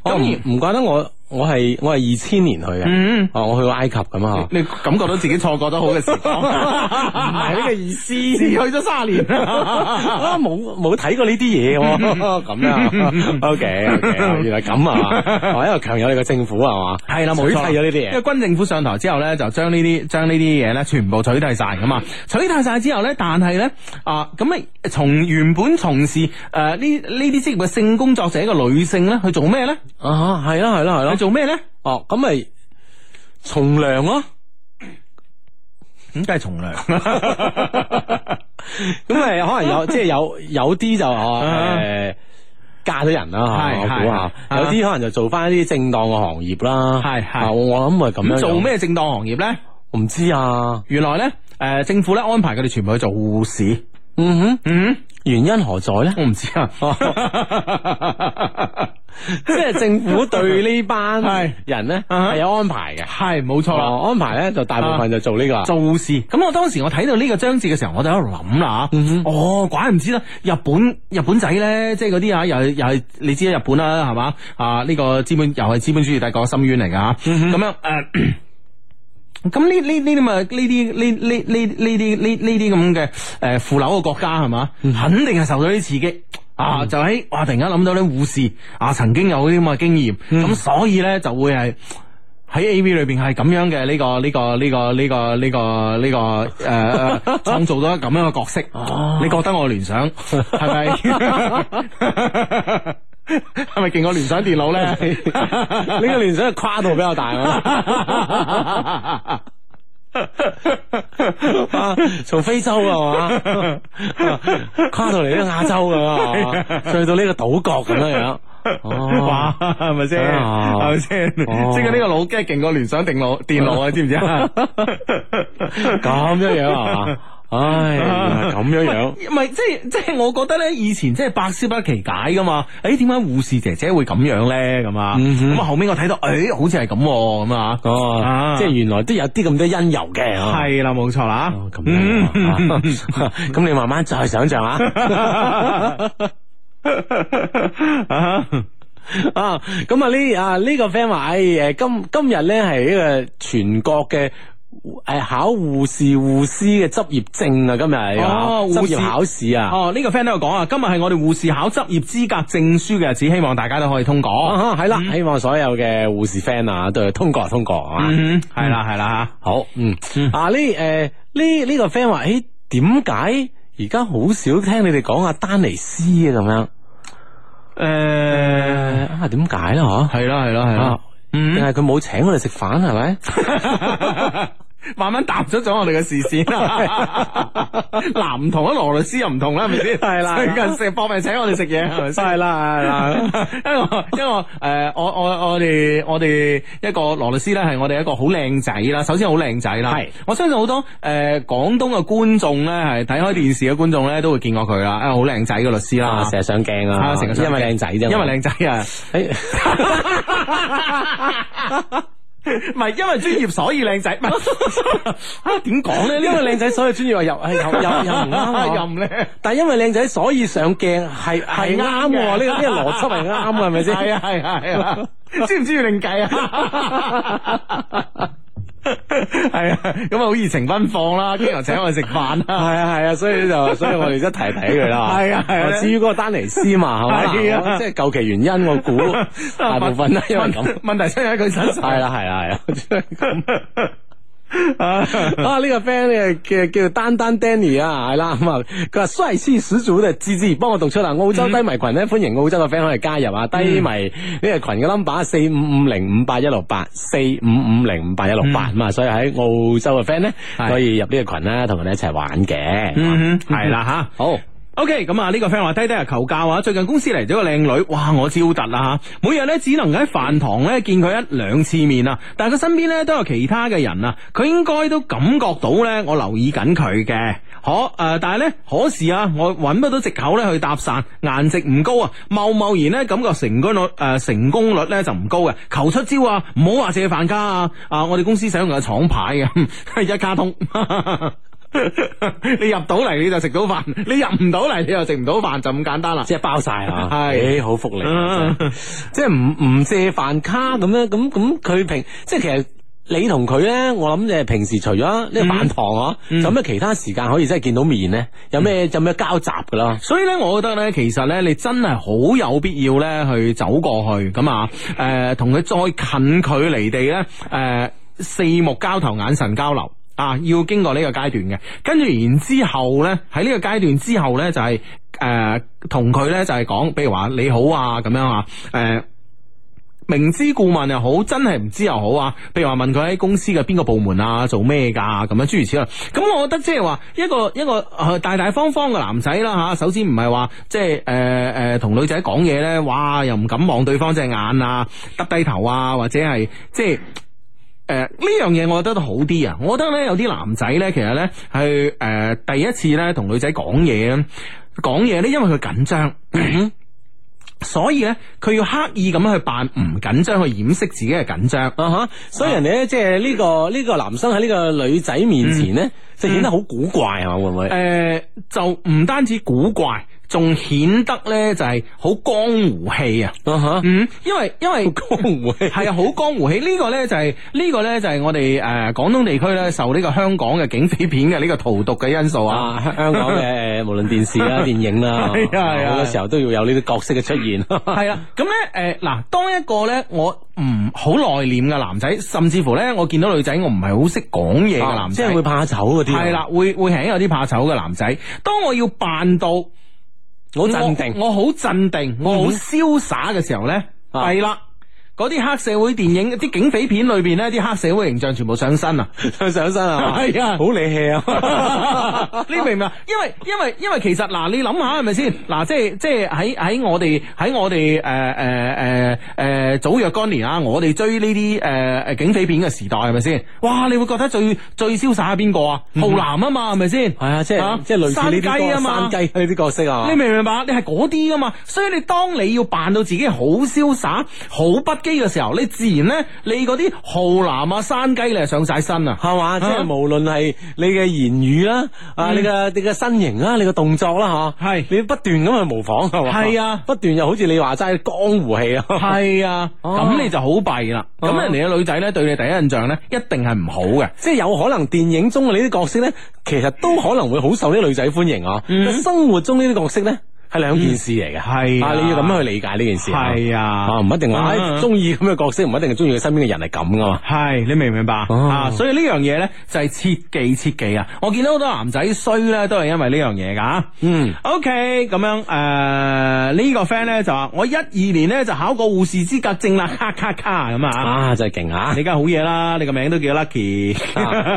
S4: 我
S1: 當然
S4: 唔唔怪得我。我係我係二千年去嘅，
S1: 嗯
S4: 哦，我去過埃及咁啊，
S1: 你感覺到自己錯過咗好嘅時光，
S4: 唔係呢個意思，
S1: 去咗卅 年。
S4: 啊冇冇睇過呢啲嘢喎， 咁樣，OK OK，原來咁 啊，哦，因為強有你個政府係嘛，
S1: 係啦，冇
S4: 取
S1: 錯。
S4: 締咗呢啲
S1: 因
S4: 嘢
S1: 為，軍政府上台之後咧，就將呢啲將呢啲嘢咧，全部取締晒噶嘛。取締晒之後咧，但係咧啊，咁咪從原本從事誒呃呢呢啲職業嘅性工作者嘅女性咧，去做咩咧？
S4: 啊，係啦係啦係啦
S1: 去，做咩咧？
S4: 哦，咁咪從良咯。
S1: 咁梗係從良。
S4: 咁咪可能 有即係有有啲就
S1: 啊
S4: 誒嫁咗人啦
S1: 係
S4: 嚇，我
S1: 係
S4: 估下
S1: 啊
S4: 有啲可能就做翻一啲正當嘅行業啦。
S1: 係係
S4: 啊我我諗係咁樣
S1: 咁做
S4: 樣？
S1: 咩正當行業咧？
S4: 我唔知啊。
S1: 原來咧，誒、政府咧安排佢哋全部去做護士。
S4: 嗯哼，
S1: 嗯，
S4: 原因何在咧？
S1: 我唔知啊。
S4: 哦即係政府對呢班
S1: 係
S4: 人咧
S1: 啊哈
S4: 係有安排嘅。啊
S1: 係冇錯啦。
S4: 哦，安排咧就大部分就做呢個啦。
S1: 做護士。咁我當時我睇到呢個章節嘅時候，我就喺度諗啦嚇哦，怪唔知啦，日本日本仔咧，即係嗰啲啊，又係又係你知啦，日本啦，係嘛啊？呢、個資本又係資本主義帝國嘅深淵嚟㗎嚇咁樣誒。呃 咁呢呢呢啲咪呢啲呢呢呢呢啲呢呢啲咁嘅誒腐朽嘅國家係嘛，肯定係受到啲刺激。啊！就喺哇，突然間諗到咧，護士啊，曾經有啲咁嘅經驗，咁、所以咧就會係喺 A V 裏邊係咁樣嘅呢、個呢、個呢、個呢、個呢、個呢、個誒、 呃、創造咗咁樣嘅角色。
S4: 哦
S1: 你覺得我聯想係咪？係咪勁過聯想電腦咧？
S4: 呢個聯想嘅跨度比較大啊！ 啊從非洲啊係嘛，跨到嚟呢個亞洲咁啊，係嘛再到呢個島國咁樣樣。 哦
S1: 哇，係咪先？
S4: 哦
S1: 係咪先？
S4: 哦
S1: 即係呢個腦機勁過聯想定腦電腦啊，知唔知啊？
S4: 咁樣樣係嘛？唉，原來咁樣樣。
S1: 唔係，即係即係，我覺得咧，以前即係百思不其解噶嘛。誒，點解護士姐姐會咁樣咧？咁啊，
S4: 嗯哼
S1: 咁啊，後尾我睇到，誒，好似係咁喎咁啊，
S4: 哦
S1: 啊，
S4: 即係原來都有啲咁多因由嘅。哦
S1: 係啦，冇錯啦
S4: 哦，咁樣
S1: 嗯
S4: 樣啊 咁你慢慢再想象 啊。
S1: 哦啊
S4: 啊，咁啊呢啊呢個 friend 話，誒誒今今日咧係呢個全國嘅。誒，考護士、護師嘅執業證啊，今日係啊
S1: 哦護
S4: 執
S1: 士
S4: 業考試啊，
S1: 哦，呢、個 friend 都有講啊，今日係我哋護士考執業資格證書嘅日子，希望大家都可以通過。
S4: 啊係啦，希望所有嘅護士 friend 啊，都係通過通過啊，
S1: 嗯，係啦，係啦
S4: 好，嗯
S1: 嗯，
S4: 啊呢誒呢呢個 friend 話，誒點解而家好少聽你哋講阿丹尼斯啊咁樣？
S1: 吓，誒，
S4: 啊點解咧？嗬，
S1: 係啦，係啦，係
S4: 啊
S1: 啦，，
S4: 定
S1: 嗯，
S4: 係佢冇請我哋食飯係咪？
S1: 慢慢踏出咗我哋嘅視線 啦。嗱，唔同啊，羅律師又唔同啦，係咪先？
S4: 係啦
S1: 最近食搏命請我哋食嘢，係咪先？
S4: 係啦係啦，
S1: 因為我因為我誒、我我我哋我哋一個羅律師咧，係我哋一個好靚仔啦。首先好靚仔啦，
S4: 係
S1: 我相信好多誒、廣東嘅觀眾咧，係睇開電視嘅觀眾咧，都會見過佢啦。啊，好靚仔嘅律師啦
S4: 啊，成日上鏡啊，
S1: 啊，成日
S4: 因為靚仔啫，
S1: 因為靚仔啊，
S4: 靚，
S1: 唔係因為專業所以靚 仔，唔係啊點講咧？
S4: 因為靚仔所以專業話又係又又又唔啱
S1: 啊
S4: 我
S1: 又唔靚。
S4: 但係因為靚仔所以上鏡係係
S1: 係
S4: 啱
S1: 啱
S4: 喎，呢個
S1: 嘅
S4: 呢個邏輯係啱嘅係咪 先？
S1: 係啊係啊係 啊，知唔知要另計啊？係啊，咁啊好熱情奔放啦，經常請我哋食飯
S4: 係
S1: 啦。
S4: 啊係啊，所以 就所以我哋都提提佢啦。哦
S1: 係啊係啊
S4: 至於嗰個丹尼斯嘛，係
S1: 係
S4: 嘛，
S1: 啊
S4: 即係究其原因，我 估大部分都係因為咁。
S1: 問題出喺佢身上。
S4: 係啦係 啦係啦。
S1: 啊，
S4: 啊！呢、個 friend 咧叫叫丹丹 Danny 啊，係啦咁啊，佢話帥氣十足嘅芝芝，幫我讀出啦。澳洲低迷群咧，歡迎澳洲嘅 friend 可以加入啊！低迷呢個群嘅 number 啊四五五零五八一六八，四五五零五八一六八咁啊，所以喺澳洲嘅 friend 咧
S1: 係
S4: 可以入呢個群啦，同我哋一齊玩嘅。
S1: 嗯哼，係啦吓。
S4: 好，
S1: OK，咁啊呢個 friend 話低低啊求教啊，最近公司嚟咗個靚女，哇我招突啦吓，每日咧只能喺飯堂咧見佢一兩次面啊，但係佢身邊咧都有其他嘅人啊，佢應該都感覺到咧我留意緊佢嘅，可誒、呃但係咧可是啊，我揾不到藉口咧去搭訕，顏值唔高啊，貿貿然咧感覺成功率誒、呃成功率咧就唔高嘅，求出招啊， 唔好話借飯卡啊，啊我哋公司使用嘅廠牌嘅一卡通。 你入到嚟你就食到飯，你入唔到嚟你又食唔到飯，就咁簡單啦。
S4: 即係包晒啊！
S1: 係
S4: 誒好福利啊，真係即係唔唔借飯卡咁樣，咁咁佢平即係其實。你同佢咧，我諗誒平時除咗呢個飯堂啊，有咩其他時間可以真係見到面咧？有咩有咩交集噶啦？
S1: 所以咧，我覺得咧，其實咧，你真係好有必要咧，去走過去咁啊，誒，同佢再近距離地咧，誒、四目交投、眼神交流。啊，要經過呢個階段嘅，跟住然之後咧，喺呢個階段之後咧，就係、誒同佢咧就係、講，比如話你好啊咁樣啊，誒、明知故問又好，真係唔知又好啊。譬如話問佢喺公司嘅邊個部門啊，做咩噶咁樣諸如此類。咁我覺得即係話一個一個呃大大方方嘅男仔啦吓，首先唔係話即係誒誒同女仔講嘢咧，哇又唔敢望對方隻眼啊，耷低頭啊，或者係即係。誒，呃呢、樣嘢我覺得都好啲啊！我覺得咧有啲男仔咧，其實咧係誒第一次咧同女仔講嘢咧，講嘢咧，因為佢緊張。 所以咧，佢要刻意咁樣去扮唔緊張，去掩飾自己嘅緊張。
S4: 啊哈！所以人哋咧，即係呢個呢個男生喺呢個女仔面前
S1: 嗯
S4: 咧，就顯得好古怪係嘛？會唔會
S1: 誒、？呃就唔單止古怪，仲顯得咧就係、好江湖氣啊！
S4: 啊哈！
S1: 嗯，因為因為
S4: 江湖 氣
S1: 係啊，好江湖氣呢個咧就係、呢、個咧就係我哋誒廣東地區咧受呢個香港嘅警匪片嘅呢個荼毒嘅因素啊。
S4: 啊，香港 嘅誒無論電視啦、電影啦，
S1: 係啊係啊
S4: 好多時候都要有呢啲角色嘅出現。
S1: 系啦，咁咧誒嗱，當一個咧我唔好內斂嘅男仔，甚至乎咧我見到女仔我唔係好識講嘢嘅男
S4: 啊即
S1: 仔，
S4: 係會怕醜嗰啲。啊
S1: 係，啦，會會係有啲怕醜嘅男仔。當我要扮到好
S4: 好鎮定。嗯
S1: 我好鎮定，我好瀟灑嘅時候咧，
S4: 啊
S1: 係啦。嗰啲黑社會電影、啲警匪片裏邊咧，啲黑社會形象全部上身啊！
S4: 上身 啊
S1: 係啊
S4: 好理氣啊！
S1: 你明唔明啊？因為因為因為其實嗱，你諗下係咪先？嗱，即係即係喺喺我哋喺我哋誒誒誒誒早若干年啊，我哋追呢啲誒誒警匪片嘅時代係咪先？哇！你會覺得最最瀟灑係邊個啊？浩南啊嘛，係咪先？
S4: 嗯係啊，即係即係類似呢啲
S1: 山雞啊
S4: 山
S1: 嘛
S4: 雞呢啲角色啊。
S1: 你明唔明白？你係嗰啲噶嘛，所以你當你要扮到自己好瀟灑、好不羈嘅時候，你自然咧，你嗰啲浩南啊、山雞你係上晒身啊！
S4: 係嘛？即
S1: 啊嗯
S4: 係無論係你嘅言語啦，啊，你嘅你嘅身形啊啦，你嘅動作啦，吓，
S1: 係
S4: 你不斷咁去模仿，係嘛？
S1: 係啊
S4: 不斷又好似你話齋江湖氣啊。
S1: 係啊，
S4: 哦
S1: 咁你就好弊啦。咁
S4: 哦
S1: 人哋嘅女仔咧對你第一印象咧，一定係唔好嘅。
S4: 即係有可能電影中嘅呢啲角色咧，其實都可能會好受啲女仔歡迎啊。但生活中呢啲角色咧係兩件事嚟嘅，
S1: 嗯係啊
S4: 啊，你要咁樣去理解呢件事。
S1: 係啊
S4: 啊唔一定話
S1: 嗯
S4: 哎中意咁嘅角色，唔一定係中意佢身邊嘅人係咁噶嘛。
S1: 係，你明唔明白、
S4: 哦
S1: 啊？所以呢樣嘢咧就係切忌切忌啊！我見到好多男仔衰咧，都係因為呢樣嘢噶。
S4: 嗯
S1: ，OK，咁樣誒，呃呢、個 friend 咧就話我一二年咧就考過護士資格證啦，咔咔咔咁啊！
S4: 啊，真係勁啊！
S1: 你梗係好嘢啦，你個名都叫 Lucky。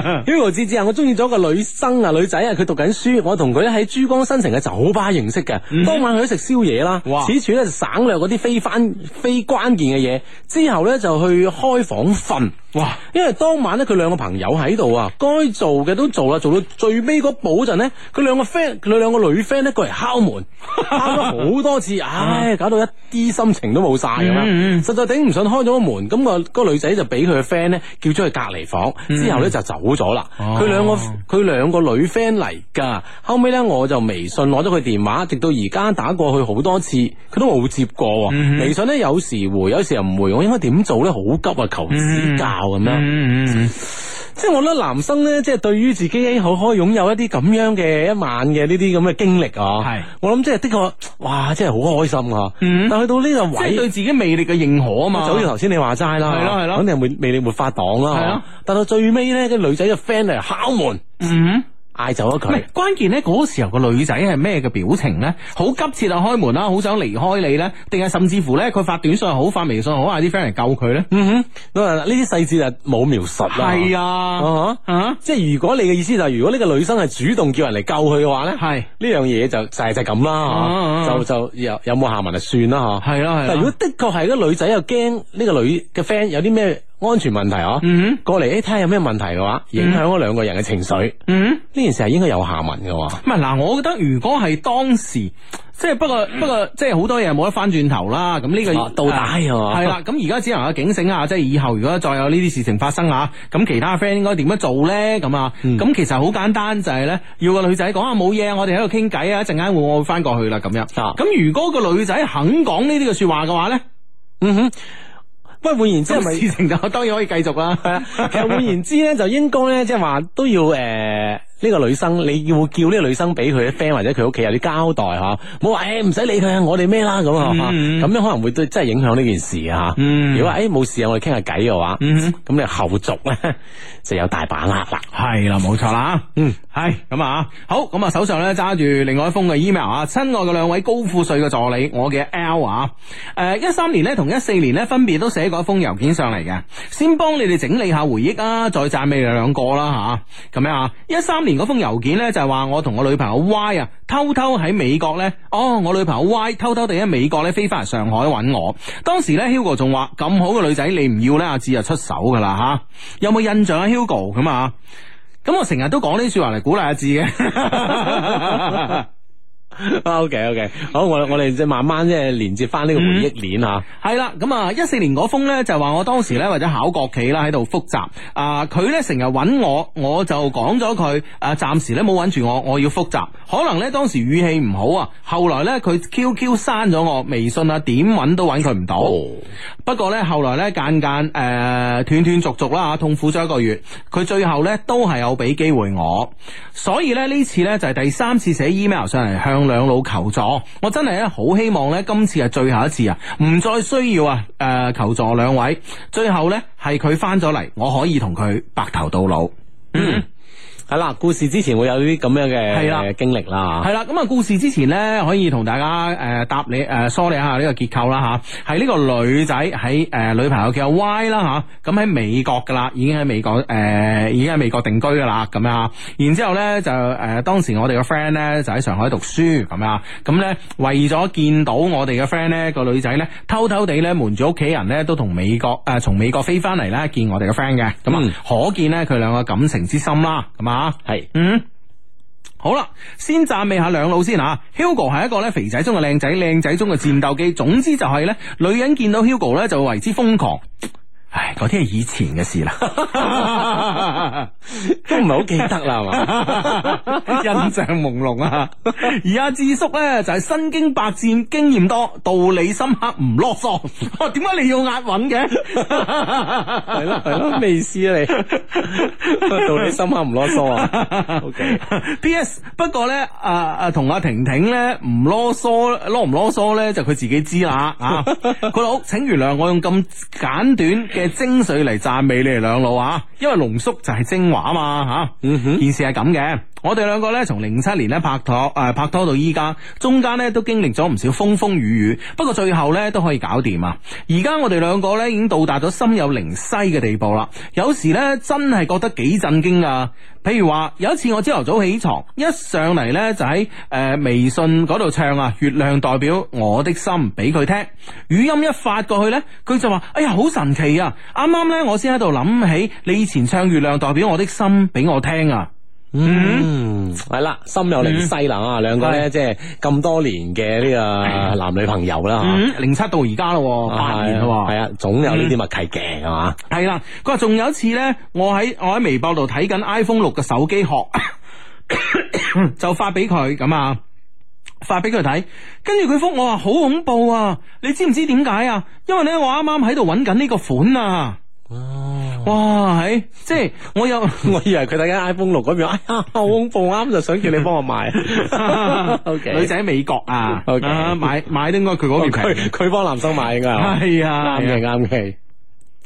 S4: Hugo 志志啊，我中意咗個女生啊，女仔啊，佢讀緊書，我同佢咧喺珠江新城嘅酒吧認識嘅。當晚去咗食宵夜啦
S1: 嗯哇，
S4: 此處咧就省略嗰啲非翻非關鍵嘅嘢，之後咧就去開房瞓。
S1: 哇！
S4: 因為當晚咧佢兩個朋友喺度啊，該做嘅都做啦，做到最尾嗰步嗰陣咧，佢兩個 friend 佢兩個女 friend 咧過嚟敲門， 敲咗好多次，唉，搞到一啲心情都冇晒咁
S1: 啊嗯嗯
S4: 樣，實在頂唔順，開咗個門，咁、個嗰個女仔就俾佢個 friend 咧叫咗去隔離房，之後咧就走咗啦。
S1: 嗯哦
S4: 佢兩個佢兩個女 friend 嚟㗎，後尾咧我就微信攞咗佢電話，直到而家打過去好多次，佢都冇接過喎。
S1: 嗯
S4: 微信咧有時回，有時又唔回，我應該點做咧？好急啊，求指教咁樣。
S1: 嗯嗯
S4: 即係我覺得男生咧，即係對於自己哎好可以擁有一啲咁樣嘅一晚嘅呢啲咁嘅經歷啊，
S1: 係
S4: 我諗即係的確，哇，真係好開心啊！
S1: 嗯
S4: 但去到呢
S1: 即
S4: 個
S1: 係對
S4: 位，
S1: 自己魅力嘅認可啊嘛。
S4: 就好似頭先你話齋啦，
S1: 係咯係咯
S4: 肯定係魅力沒法擋啦，
S1: 係咯
S4: 但到最尾咧，個女仔嘅 friend 嚟敲門，
S1: 嗯。
S4: 嗌走咗
S1: 唔係
S4: 佢，
S1: 關鍵咧，嗰時候個女仔係咩嘅表情咧？好急切啊，開門啦，好想離開你咧，定係甚至乎咧，佢發短信又好，發微信又好，嗌啲 friend 嚟救佢咧？
S4: 嗯哼，咁啊呢啲細節就冇描述啦，
S1: 係
S4: 啊
S1: 啊，
S4: 哈，
S1: 啊，
S4: 即係如果你嘅意思就係如果呢個女生係主動叫人嚟救佢嘅話咧，
S1: 係
S4: 呢樣嘢就就係就係咁啦，
S1: 啊啊
S4: 嚇就就有有冇下文就算啦，嚇。
S1: 係啦，係啦
S4: 但如果的確係個女仔又驚呢個女嘅 friend 有啲咩安全問題啊，
S1: 嗯
S4: 過嚟誒睇下有咩問題嘅話，影響嗰兩個人嘅情緒，
S1: 嗯，
S4: 呢件事係應該有下文嘅喎。
S1: 唔係啊嗱，我覺得如果係當時，即係不 過不過，即係好多嘢冇得翻轉頭啦。咁呢、個
S4: 啊倒帶係嘛
S1: 係啦。咁而家只能夠警醒下，即係以後如果再有呢啲事情發生啊，咁其他 friend 應該點樣做咧？咁啊，咁、
S4: 嗯
S1: 其實好簡單，就係咧，要個女仔講啊冇嘢，我哋喺度傾偈啊，一陣間會我會翻過去啦咁樣。咁、
S4: 啊
S1: 如果個女仔肯講呢啲嘅説話嘅話咧，
S4: 嗯哼，不過換言之係
S1: 咁
S4: 咪？
S1: 事情就當然可以繼續啦。係啊，
S4: 其 實換言之咧，就應該咧，即係話都要誒。呢個女生，你要叫呢個女生俾佢嘅 friend 或者佢屋企有啲交代吓，唔好話誒唔使理佢啊，我哋咩啦咁啊，咁、
S1: 嗯
S4: 樣可能會對真係影響呢件事啊。
S1: 嗯
S4: 如果話誒冇事啊，我哋傾下偈嘅話，咁、
S1: 嗯
S4: 你後續咧 就有大把握啦。
S1: 係啦，冇錯啦，嗯，係咁啊，好，咁啊，手上咧揸住另外一封嘅 email 啊，親愛嘅兩位高富帥嘅助理，我嘅 L 啊，誒，一三年咧同一四年咧分別都寫過一封郵件上嚟嘅，先幫你哋整理下回憶啊，再讚美你兩個啦吓，咁樣啊，一三年嗰封郵件咧就係話我同我女朋友 Y 啊，偷偷喺美國咧，哦，我女朋友 Y 偷偷地喺美國咧飛翻嚟上海揾我，當時咧 Hugo 仲話咁好嘅女仔你唔要咧，阿志就出手噶啦吓，有冇印象啊 Hugo 咁啊？咁我成日都講呢啲说話嚟鼓勵阿志嘅。
S4: O K O K，好，我我哋即係慢慢即係連接翻呢個回憶鏈吓。
S1: 係啦，咁啊，一四年嗰封呢，就話我當時呢，為咗考國企啦喺度複習，啊佢呢成日揾我，我就講咗佢，啊暫時呢冇揾住我，我要複習，可能呢，當時語氣唔好啊，後來呢，佢 QQ 刪咗我，微信啊點揾都揾佢唔到。不過呢，後來呢，間間誒呃斷斷續續啦，痛苦咗一個月，佢最後呢，都係有俾機會我，所以呢，呢次呢，就係第三次寫 email 上嚟向兩老求助，我真係呢，好希望呢，今次係最後一次啊，唔再需要啊誒、求助兩位，最後呢，係佢翻咗嚟，我可以同佢白頭到老。
S4: 係啦，故事之前會有呢啲咁樣嘅
S1: 係啦
S4: 嘅經歷啦。
S1: 系啦，咁啊，故事之前呢，可以同大家诶、呃答你诶、呃梳理一下呢個結構啦吓，係呢個女仔喺诶女朋友叫阿 Y 啦吓，咁喺美國噶啦，已經喺美國诶、呃已經喺美國定居噶啦，咁樣啊，然之后咧就诶、呃、当时我哋個 friend 呢，就喺上海讀書咁啊，咁呢，為咗見到我哋嘅 friend 呢個女仔呢，偷偷地呢，瞞住屋企人呢，都同美國诶从、從美國飛翻嚟呢，見我哋嘅 friend 嘅，咁啊、
S4: 嗯
S1: 可見呢，佢兩個感情之深啦，咁啊。
S4: 係
S1: 嗯。好啦，先讚美下兩老先吓。Hugo 係一個咧肥仔中嘅靚仔，靚仔中嘅戰鬥機。總之就係咧，女人見到 Hugo 咧就為之瘋狂。唉，嗰啲係以前嘅 事啦。
S4: 都唔係好記得啦，係嘛？
S1: 印象朦朧啊！而阿智叔咧就係身經百戰，經驗多，道理深刻，唔囉嗦。哇，點解你要押韻嘅？
S4: 係咯係 咯，咩意思啊你？道理深刻唔啰嗦啊。O K，
S1: P.S. 不過咧，啊啊同阿婷婷咧唔啰嗦，啰唔啰嗦咧就佢自己知啦 啊！佢老請原諒我用咁 簡短嘅精髓嚟讚美你哋兩老啊，因為濃縮就係精華啊嘛吓。
S4: 嗯哼
S1: 件事係咁嘅。我哋兩個咧，從零七年咧拍拖，誒、拍拖到依家，中間咧都經歷咗唔少風風雨雨，不過最後咧都可以搞掂啊！而家我哋兩個咧已經到達咗心有靈犀嘅地步啦，有時咧真係覺得幾震驚啊！譬如話有一次我朝頭早起床，一上嚟咧就喺誒、呃微信嗰度唱啊，月亮代表我的心俾佢聽，語音一發過去咧，佢就話：哎呀，好神奇啊！啱啱咧我先喺度諗起你以前唱月亮代表我的心俾我聽啊！
S4: 嗯，係啦，心有靈犀啦啊！兩個咧即係咁多年嘅呢個男女朋友啦嚇。
S1: 嗯，零七到而家咯，八年咯，
S4: 係啊，總有呢啲默契嘅係嘛？
S1: 係啦。佢話仲有一次呢，我喺我喺微博度睇緊 iPhone 六嘅手機殼， 就發俾佢咁啊。發俾佢睇，跟住佢覆我話好恐怖啊！你知唔知點解啊？因為呢，我啱啱喺度揾緊呢個款啊！哇，係即係我有。
S4: 我以為佢睇緊 iPhone 六嗰邊，哎呀，好恐怖，啱就想叫你幫我 買。OK
S1: 女仔喺美國啊
S4: OK
S1: 啊買買都應該佢嗰邊
S4: 佢
S1: 平。
S4: 佢幫男生買應該係嘛
S1: 係啊，
S4: 啱嘅啱嘅。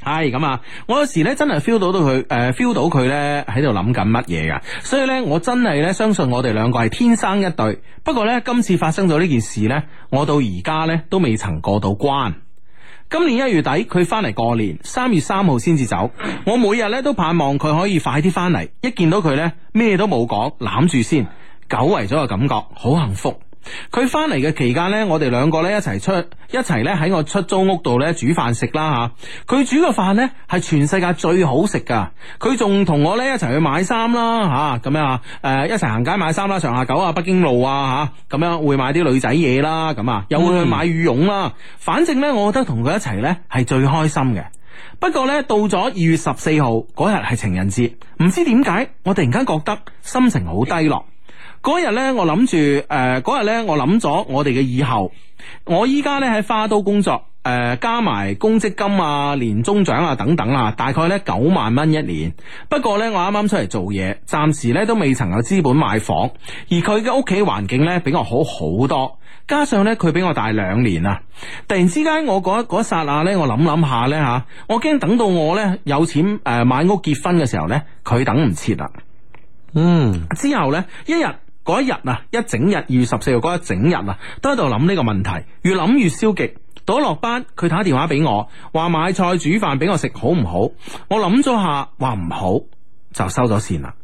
S1: 係咁啊！我有時咧真係 feel 到到佢，誒、feel 呃到佢咧喺度諗緊乜嘢噶，所以咧我真係咧相信我哋兩個係天生一對。不過咧今次發生咗呢件事咧，我到而家咧都未曾過到關。今年一月底佢翻嚟過年，三月三號先至走。我每日咧都盼望佢可以快啲翻嚟，一見到佢咧咩都冇講，攬住先，久違咗個感覺，好幸福。佢翻嚟嘅期間呢，我哋兩個呢一齊出一齊呢喺我出租屋度呢煮飯食啦吓。佢煮嘅飯呢係全世界最好食噶。佢仲同我呢一齊去買衫啦吓，咁樣啊，誒、一齊行街買衫啦，上下九啊，北京路啊吓，咁樣會買啲女仔嘢啦，咁啊，又會去買羽絨啦。反正呢，我覺得同佢一齊呢係最開心嘅。不過呢，到咗二月十四號嗰日係情人節，唔知點解我突然間覺得心情好低落。嗰日呢，我諗住誒，呃嗰日呢，我諗咗我哋嘅以後。我依家呢喺花都工作，誒、呃加埋公積金啊、年終獎啊等等啊，大概呢九萬蚊一年。不過呢，我啱啱出嚟做嘢，暫時呢都未曾有資本買房，而佢嘅屋企環境呢比我好好多。加上咧，佢比我大兩年啊！突然之間，我嗰嗰一剎那咧，我諗諗下咧吓，我驚等到我咧有錢誒、呃、買屋結婚嘅時候咧，佢等唔切啦。
S4: 嗯，
S1: 之後呢，一日嗰一日啊，一整日二月十四號嗰一整日啊，都喺度諗呢個問題，越諗越消極。到咗落班，佢打電話俾我，話買菜煮飯俾我食好唔好？我諗咗下，話唔好，就收咗線啦。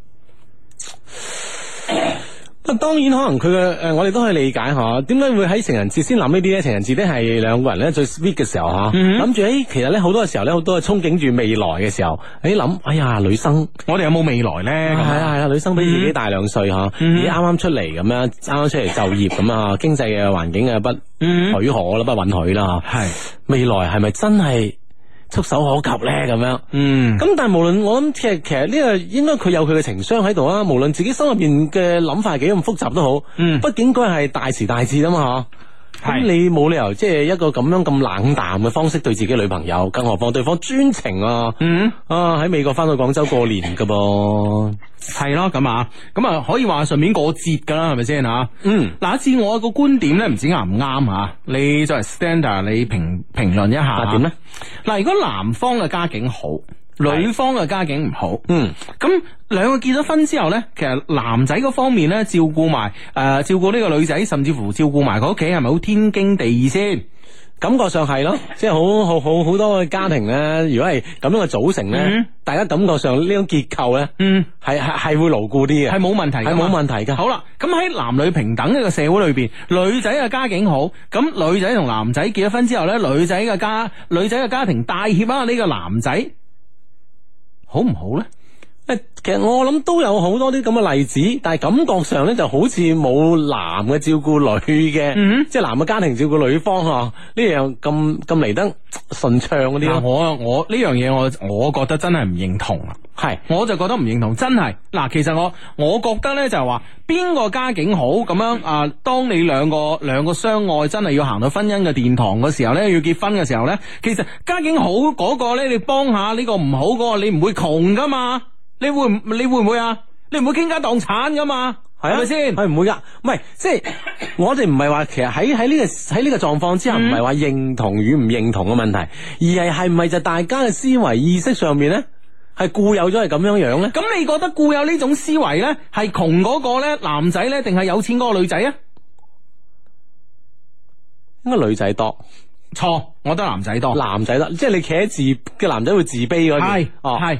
S4: 咁啊當然可能佢嘅誒，我哋都可以理解吓，點解會喺情人節先諗呢啲咧？情人節咧係兩個人咧最 sweet 嘅時候吓，
S1: 嗯
S4: 諗住誒，其實咧好多嘅時候咧，好多係憧憬住未來嘅時候，誒諗，哎呀，女生。
S1: 我哋有冇未來
S4: 係
S1: 呢？咁
S4: 啊係啊，女生比自己大兩歲吓，
S1: 嗯
S4: 而家啱啱出嚟咁樣，啱啱出嚟就業咁啊，經濟嘅環境嘅不
S1: 嗯
S4: 許可啦，不允許啦吓。
S1: 係，
S4: 未來係咪真係觸手可及咧？咁樣。
S1: 嗯，
S4: 咁但係無論我諗，其實其實呢個應該佢有佢嘅情商喺度啊。無論自己心入邊嘅諗法係幾咁複雜都好，
S1: 嗯
S4: 畢竟佢係大時大節啊嘛，嗬。咁
S1: 係
S4: 你冇理由即係一個咁樣咁冷淡嘅方式對自己女朋友，更何況對方專情啊！
S1: 嗯。
S4: 啊喺美國翻到廣州過年噶噃，
S1: 係咯，咁啊，咁啊，可以話順便過節噶啦，係咪先吓？
S4: 嗯，
S1: 嗱，至我個觀點咧，唔知啱唔啱吓？你作為 stander，你評評論一下
S4: 啊點咧？
S1: 嗱，如果男方嘅家境好，女方嘅家境唔好，
S4: 嗯，
S1: 咁兩個結咗婚之後呢，其實男仔嗰方面呢，照顧埋誒，照顧呢個女仔，甚至乎照顧埋佢屋企，係咪好天經地義先？
S4: 感覺上係咯，即係好好好好多嘅家庭咧，如果係咁樣嘅組成咧，
S1: 嗯
S4: 大家感覺上呢種結構咧，
S1: 嗯，
S4: 係係係會牢固啲嘅，
S1: 係冇問題㗎嘛，
S4: 係冇問題噶。
S1: 好啦，咁喺男女平等呢個社會裏邊，女仔嘅家境好，咁女仔同男仔結咗婚之後咧，女仔嘅家女仔嘅家庭帶協啊，呢、個男仔好唔好咧？
S4: 誒，其實我諗都有好多啲咁嘅例子，但係感覺上咧就好似冇男嘅照顧女嘅，
S1: 嗯
S4: 即係男嘅家庭照顧女方嗬，呢樣咁咁嚟得順暢嗰啲咯，
S1: 嗱，我我呢樣嘢我我覺得真係唔認同啊！
S4: 係
S1: 我就覺得唔認同，真係嗱，其實我我覺得呢，就係話邊個家境好咁樣啊，當你兩個兩個相愛真係要行到婚姻嘅殿堂嘅時候呢，要結婚嘅時候呢，其實家境好嗰個呢，你幫下呢個唔好嗰個，你唔會窮噶嘛？你會唔你會唔會啊？你唔會傾家蕩產噶嘛？係咪先？
S4: 係唔會噶，唔係即 係我哋唔係話其實喺喺呢個喺呢個狀況之
S1: 嗯
S4: 下，唔係話認同與唔認同嘅問題，而係係咪就大家嘅思維意識上面咧，係固有咗係咁樣樣咧？
S1: 咁你覺得固有呢種思維呢，係窮嗰個呢，男仔呢，定係有錢嗰個女仔啊？
S4: 應該女仔多，
S1: 錯，我覺得男仔多。
S4: 男仔多，即係你企喺自嘅男仔會自卑嗰邊
S1: 係，
S4: 哦
S1: 係。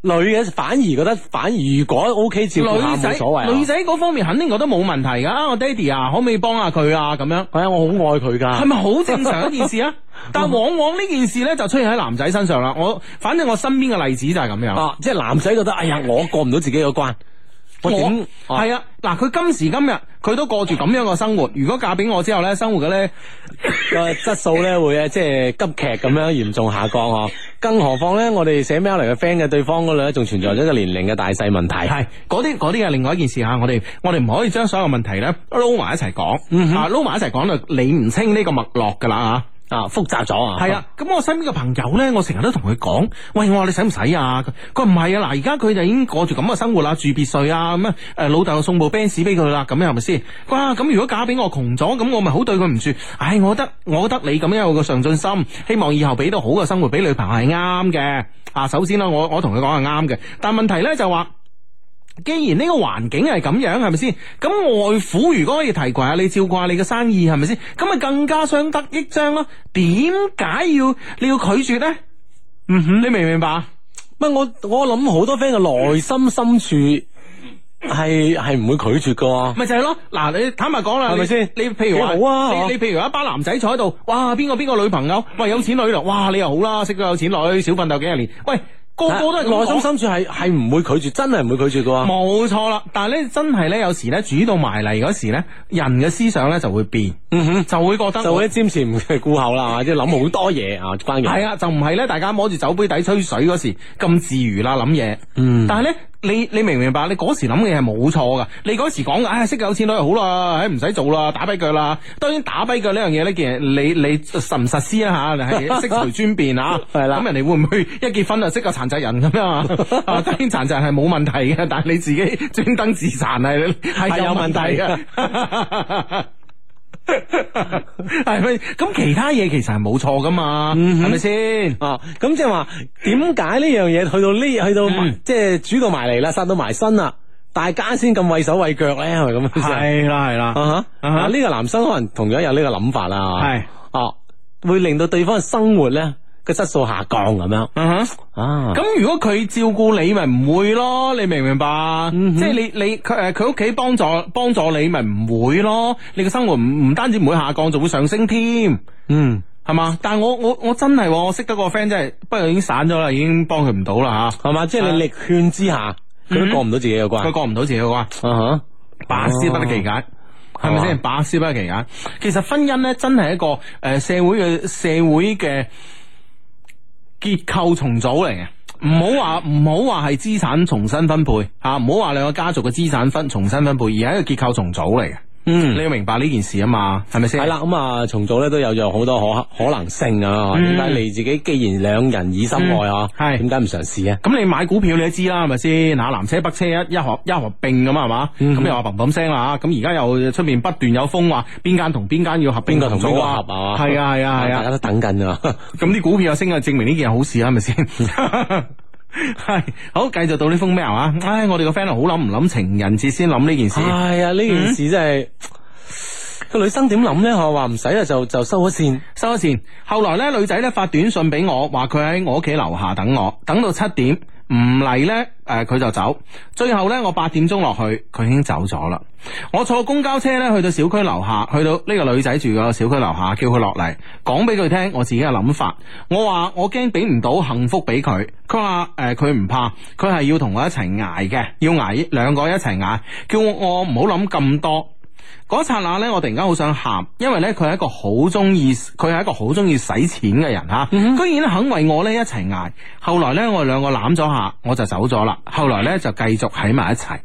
S4: 女嘅反而覺得，反而如果 O K 照顧下
S1: 女
S4: 冇
S1: 仔
S4: 所謂啊。
S1: 女仔嗰方面肯定覺得冇問題噶，啊我爹哋啊，可唔可以幫下佢啊？咁樣
S4: 係啊，我好愛佢
S1: 係
S4: 㗎。
S1: 咪好正常一 件事啊？但往往呢件事呢，就出現喺男仔身上啦。我反正我身邊嘅例子就係咁樣。
S4: 啊，即係男仔覺得，哎呀，我過唔到自己嗰關，我點啊
S1: 係啊，嗱，佢今時今日佢都過住咁樣嘅生活。如果嫁俾我之後呢，生活嘅呢，
S4: 個質素咧會啊，即係急劇咁樣嚴重下降哦。更何況咧，我哋寫 mail 嚟嘅 friend 嘅對方嗰度咧，仲存在咗一個年齡嘅大細問題。
S1: 係嗰啲嗰啲係另外一件事吓。我哋我哋唔可以將所有問題呢撈埋一齊講，
S4: 嗯
S1: 啊撈埋一齊講就理唔清呢個脈絡噶啦啊！
S4: 啊，複雜咗啊。
S1: 係啊，咁我身邊嘅朋友咧，我成日都同佢講，喂，我話你使唔使啊？佢佢話唔係啊，嗱，而家佢就已經過住咁嘅生活啦，住別墅啊，咁啊，誒，老豆送部 Benz 俾佢啦，咁樣係咪先？哇，咁如果嫁俾我窮咗，咁我咪好對佢唔住。唉，我覺得我覺得你咁樣有個上進心，希望以後俾到好嘅生活俾女朋友係啱嘅。啊，首先啦，我我同佢講係啱嘅，但問題咧就話。既然呢個環境係咁樣，係咪先？咁外父如果可以提攜下你，照顧下你嘅生意，係咪先？咁咪啊更加相得益彰咯。點解要你要拒絕呢？嗯哼，你明唔明白？
S4: 乜我我諗好多 friend 嘅內心深處系系唔會拒絕噶。
S1: 咪就係咯，嗱，你坦白講啦，
S4: 係咪
S1: 你
S4: 先
S1: 你譬如話，
S4: 幾好啊
S1: 你你譬如話一班男仔坐喺度，哇，邊個邊個女朋友，喂，有錢女啦，哇，你又好啦，識到有錢女，少奮鬥幾廿年，喂，個個都
S4: 啊
S1: 係咁
S4: 內
S1: 講
S4: 心深處係係唔會拒絕，真係唔會拒絕噶。
S1: 冇錯啦，但係咧真係咧，有時咧煮到埋嚟嗰時咧，人嘅思想咧就會變，嗯哼，就會覺 得
S4: 就會瞻前顧後 啦，即係諗好多嘢啊，關
S1: 係
S4: 鍵
S1: 啊，就唔係咧，大家摸住酒杯底吹水嗰時咁自如啦諗嘢。嗯，但係咧，你你明唔明白？你嗰時諗嘅嘢係冇錯噶，你嗰時講嘅，唉、識有錢女就好啦，唉唔使做啦，打跛腳啦。當然打跛腳呢樣嘢呢，其實你你實唔實施啊 吓，係適隨尊便啊。
S4: 係啦
S1: 咁人哋會唔會一結婚就識個殘疾人咁樣啊？啊，當然殘疾人係冇問題嘅，但係你自己專登自殘係係
S4: 係
S1: 有
S4: 有問
S1: 問題啊
S4: 題
S1: 嘅。系咪？咁其他嘢其實係冇錯噶嘛，係咪先？
S4: 啊，咁即係話點解呢樣嘢去到呢去
S1: 嗯
S4: 到埋即係煮到埋嚟啦，殺到埋身啦，大家先咁畏手畏腳咧，係咪咁樣先？
S1: 啦，係啦
S4: 啊哈！
S1: 啊哈
S4: 啊呢個男生可能同樣有呢個諗法啦，
S1: 係
S4: 哦，會令到對方嘅生活咧個質素下降咁樣
S1: 嗯哼
S4: 啊。
S1: 咁如果佢照顧你，咪唔會咯？你明唔明白？即係你你佢诶佢屋企幫助幫助你，咪唔會咯？你嘅生活唔唔單止唔會下降，仲會上升添。
S4: 嗯
S1: 係嘛？但係我我我真係喎我識得個 friend 真係，不過已經散咗啦，已經幫佢唔到啦吓。
S4: 係嘛，即係你力勸之下，佢都過唔到自己嘅關
S1: 啊嗯佢過唔到自己嘅關，
S4: 啊
S1: 百思不得其解。係咪
S4: 哦
S1: 先？百思不得其解。其實婚姻咧，真係一個诶、呃社會嘅社會嘅結構重組嚟嘅。唔好話唔好話係資產重新分配吓，唔好話兩個家族嘅資產分重新分配，而係一個結構重組嚟嘅。
S4: 嗯
S1: 你要明白呢件事啊嘛，係咪先？
S4: 係啦，咁啊，重組咧都有有好多可可能性啊。點解你自己既然兩人以心愛啊，
S1: 嗯係
S4: 點解唔嘗試啊？
S1: 咁你買股票你都知啦，係咪先？
S4: 嗯
S1: 嗱，南車北車一一合一合並咁啊係嘛？咁又話砰砰聲啦，咁而家又出面不斷有風話邊間同邊間要合，
S4: 邊個同邊個合
S1: 啊？
S4: 啊？
S1: 係啊係啊係
S4: 大
S1: 啊
S4: 家！都等緊啊。
S1: 咁啲股票又升啊，證明呢件係好事啦，係咪先？系好，繼續到呢封 mail 啊！唉，我哋個 friend 好諗唔諗情人節先諗呢件 事，
S4: 係啊，呢件事真係個女生點諗咧？我話唔使啊，就就收咗線。
S1: 收咗線。後來咧，女仔咧發短信俾我，話佢喺我屋企樓下等我，等到七點唔嚟咧，诶、佢就走。最後咧，我八點鐘落去，佢已經走咗啦。我坐公交車咧去到小區樓下，去到呢個女仔住嘅小區樓下，叫佢落嚟，講俾佢聽我自己嘅諗法。我話我驚俾唔到幸福俾佢，佢話诶佢唔怕，佢係要同我一齊捱嘅，要捱兩個一齊捱，叫我唔好諗咁多。嗰剎那咧，我突然間好想喊，因為咧佢係一個好中意，佢係一個好中意使錢嘅人吓，居然肯為我咧一齊捱。後來咧，我哋兩個攬咗下，我就走咗啦。後來咧就繼續喺埋一齊。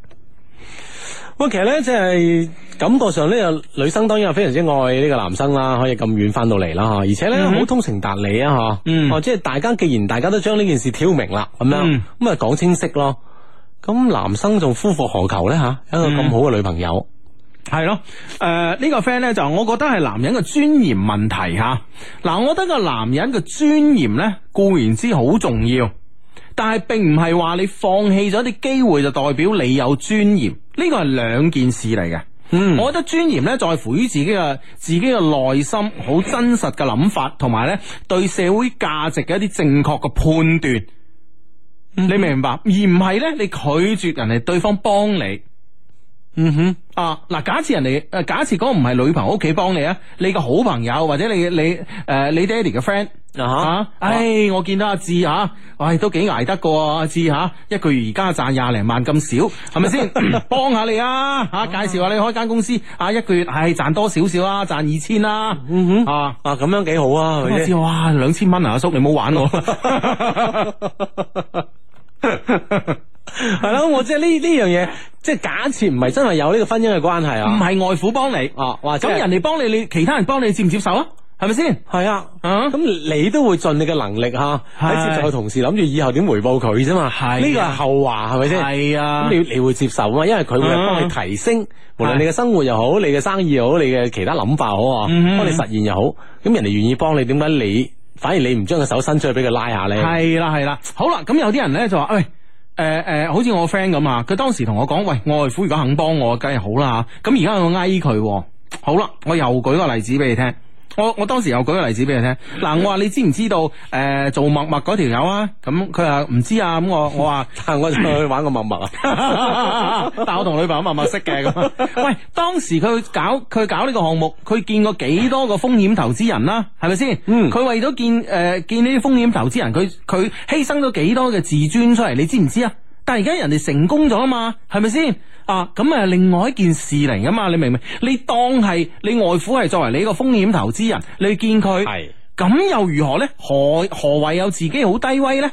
S4: 喂，其實咧，即係感覺上呢個女生當然係非常之愛呢個男生啦，可以咁遠翻到嚟啦，吓，而且咧好、通情達理啊，吓、
S1: 嗯
S4: 哦，即係大家既然大家都將呢件事挑明啦，咁樣
S1: 嗯
S4: 咁啊講清晰咯，咁男生仲夫復何求咧吓？一個咁好嘅女朋友，
S1: 嗯系咯，诶、呢個 friend 咧就我覺得係男人嘅尊嚴問題吓。嗱，我覺得個男人嘅尊嚴咧固然之好重要，但係並唔係話你放棄咗啲機會就代表你有尊嚴，呢個係兩件事嚟嘅。
S4: 嗯
S1: 我覺得尊嚴咧在乎於自己嘅自己嘅內心好真實嘅諗法，同埋咧對社會價值嘅一啲正確嘅判斷。
S4: 嗯
S1: 你明唔明白？而唔係咧你拒絕人哋對方幫你。
S4: 嗯哼，
S1: 啊，嗱，假設人哋誒，假設嗰個唔係女朋友屋企幫你啊，你個好朋友或者你你誒、呃你爹哋嘅 friend
S4: 啊哈
S1: 啊， 唉，我見到阿志嚇，唉，都幾捱得個喎阿志嚇，一個月而家賺廿零萬咁少，係咪 先？幫下你啊嚇，介紹下你開間公司啊，一個月唉賺多少少啊，賺二千啦，
S4: 嗯哼，
S1: 啊。
S4: 啊咁樣幾好啊，係咪
S1: 咁我
S4: 先
S1: 知哇，兩千蚊啊，阿叔你唔好玩我啦。
S4: 係咯，我即係呢呢樣嘢，即係假設唔係真係有呢個婚姻嘅關係
S1: 唔
S4: 啊，
S1: 係外父幫你，
S4: 啊或者
S1: 嗯咁人哋幫你，你其他人幫你，你接唔接受啊？係咪先？
S4: 係啊。
S1: 啊
S4: 咁你都會盡你嘅能力吓，喺接受嘅同時諗住以後點回報佢啫嘛，
S1: 係啊
S4: 呢個係後話係咪先？
S1: 係啊
S4: 咁你你會接受啊嘛，因為佢會
S1: 嗯
S4: 幫你提升，無
S1: 係
S4: 論你嘅生活又好，你嘅生意又好，你嘅其他諗法好啊，
S1: 嗯
S4: 幫你實現又好，咁人哋願意幫你，點解你反而你唔將個手伸出去俾佢拉下咧？
S1: 系啦系啦，好啦，咁有啲人咧就話喂。诶诶、呃好似我 friend 咁啊，佢當時同我講，喂，我外父如果肯幫我，梗係好啦嚇咁而家我嗌佢喎，好啦，我又舉個例子俾你聽。我我當時又舉個例子俾佢聽，嗱，我話你知唔知道誒、呃做陌陌嗰條友啊？咁佢話唔知啊，咁我我話。
S4: 但 我就去玩個陌陌啊，
S1: 但我同女朋友默默識嘅咁。喂，當時佢搞佢搞呢個項目，佢見過幾多個風險投資人啦，係咪先？
S4: 嗯
S1: 佢為咗見誒、呃、見呢啲風險投資人，佢佢犧牲咗幾多嘅自尊出嚟，你知唔知啊？但係而家人哋成功咗啊嘛，係咪先？啊，咁啊，另外一件事嚟噶嘛，你明唔明？你當係你外父係作為你一個風險投資人，你去見佢，
S4: 係
S1: 咁又如何呢？何何謂有自己好低威呢？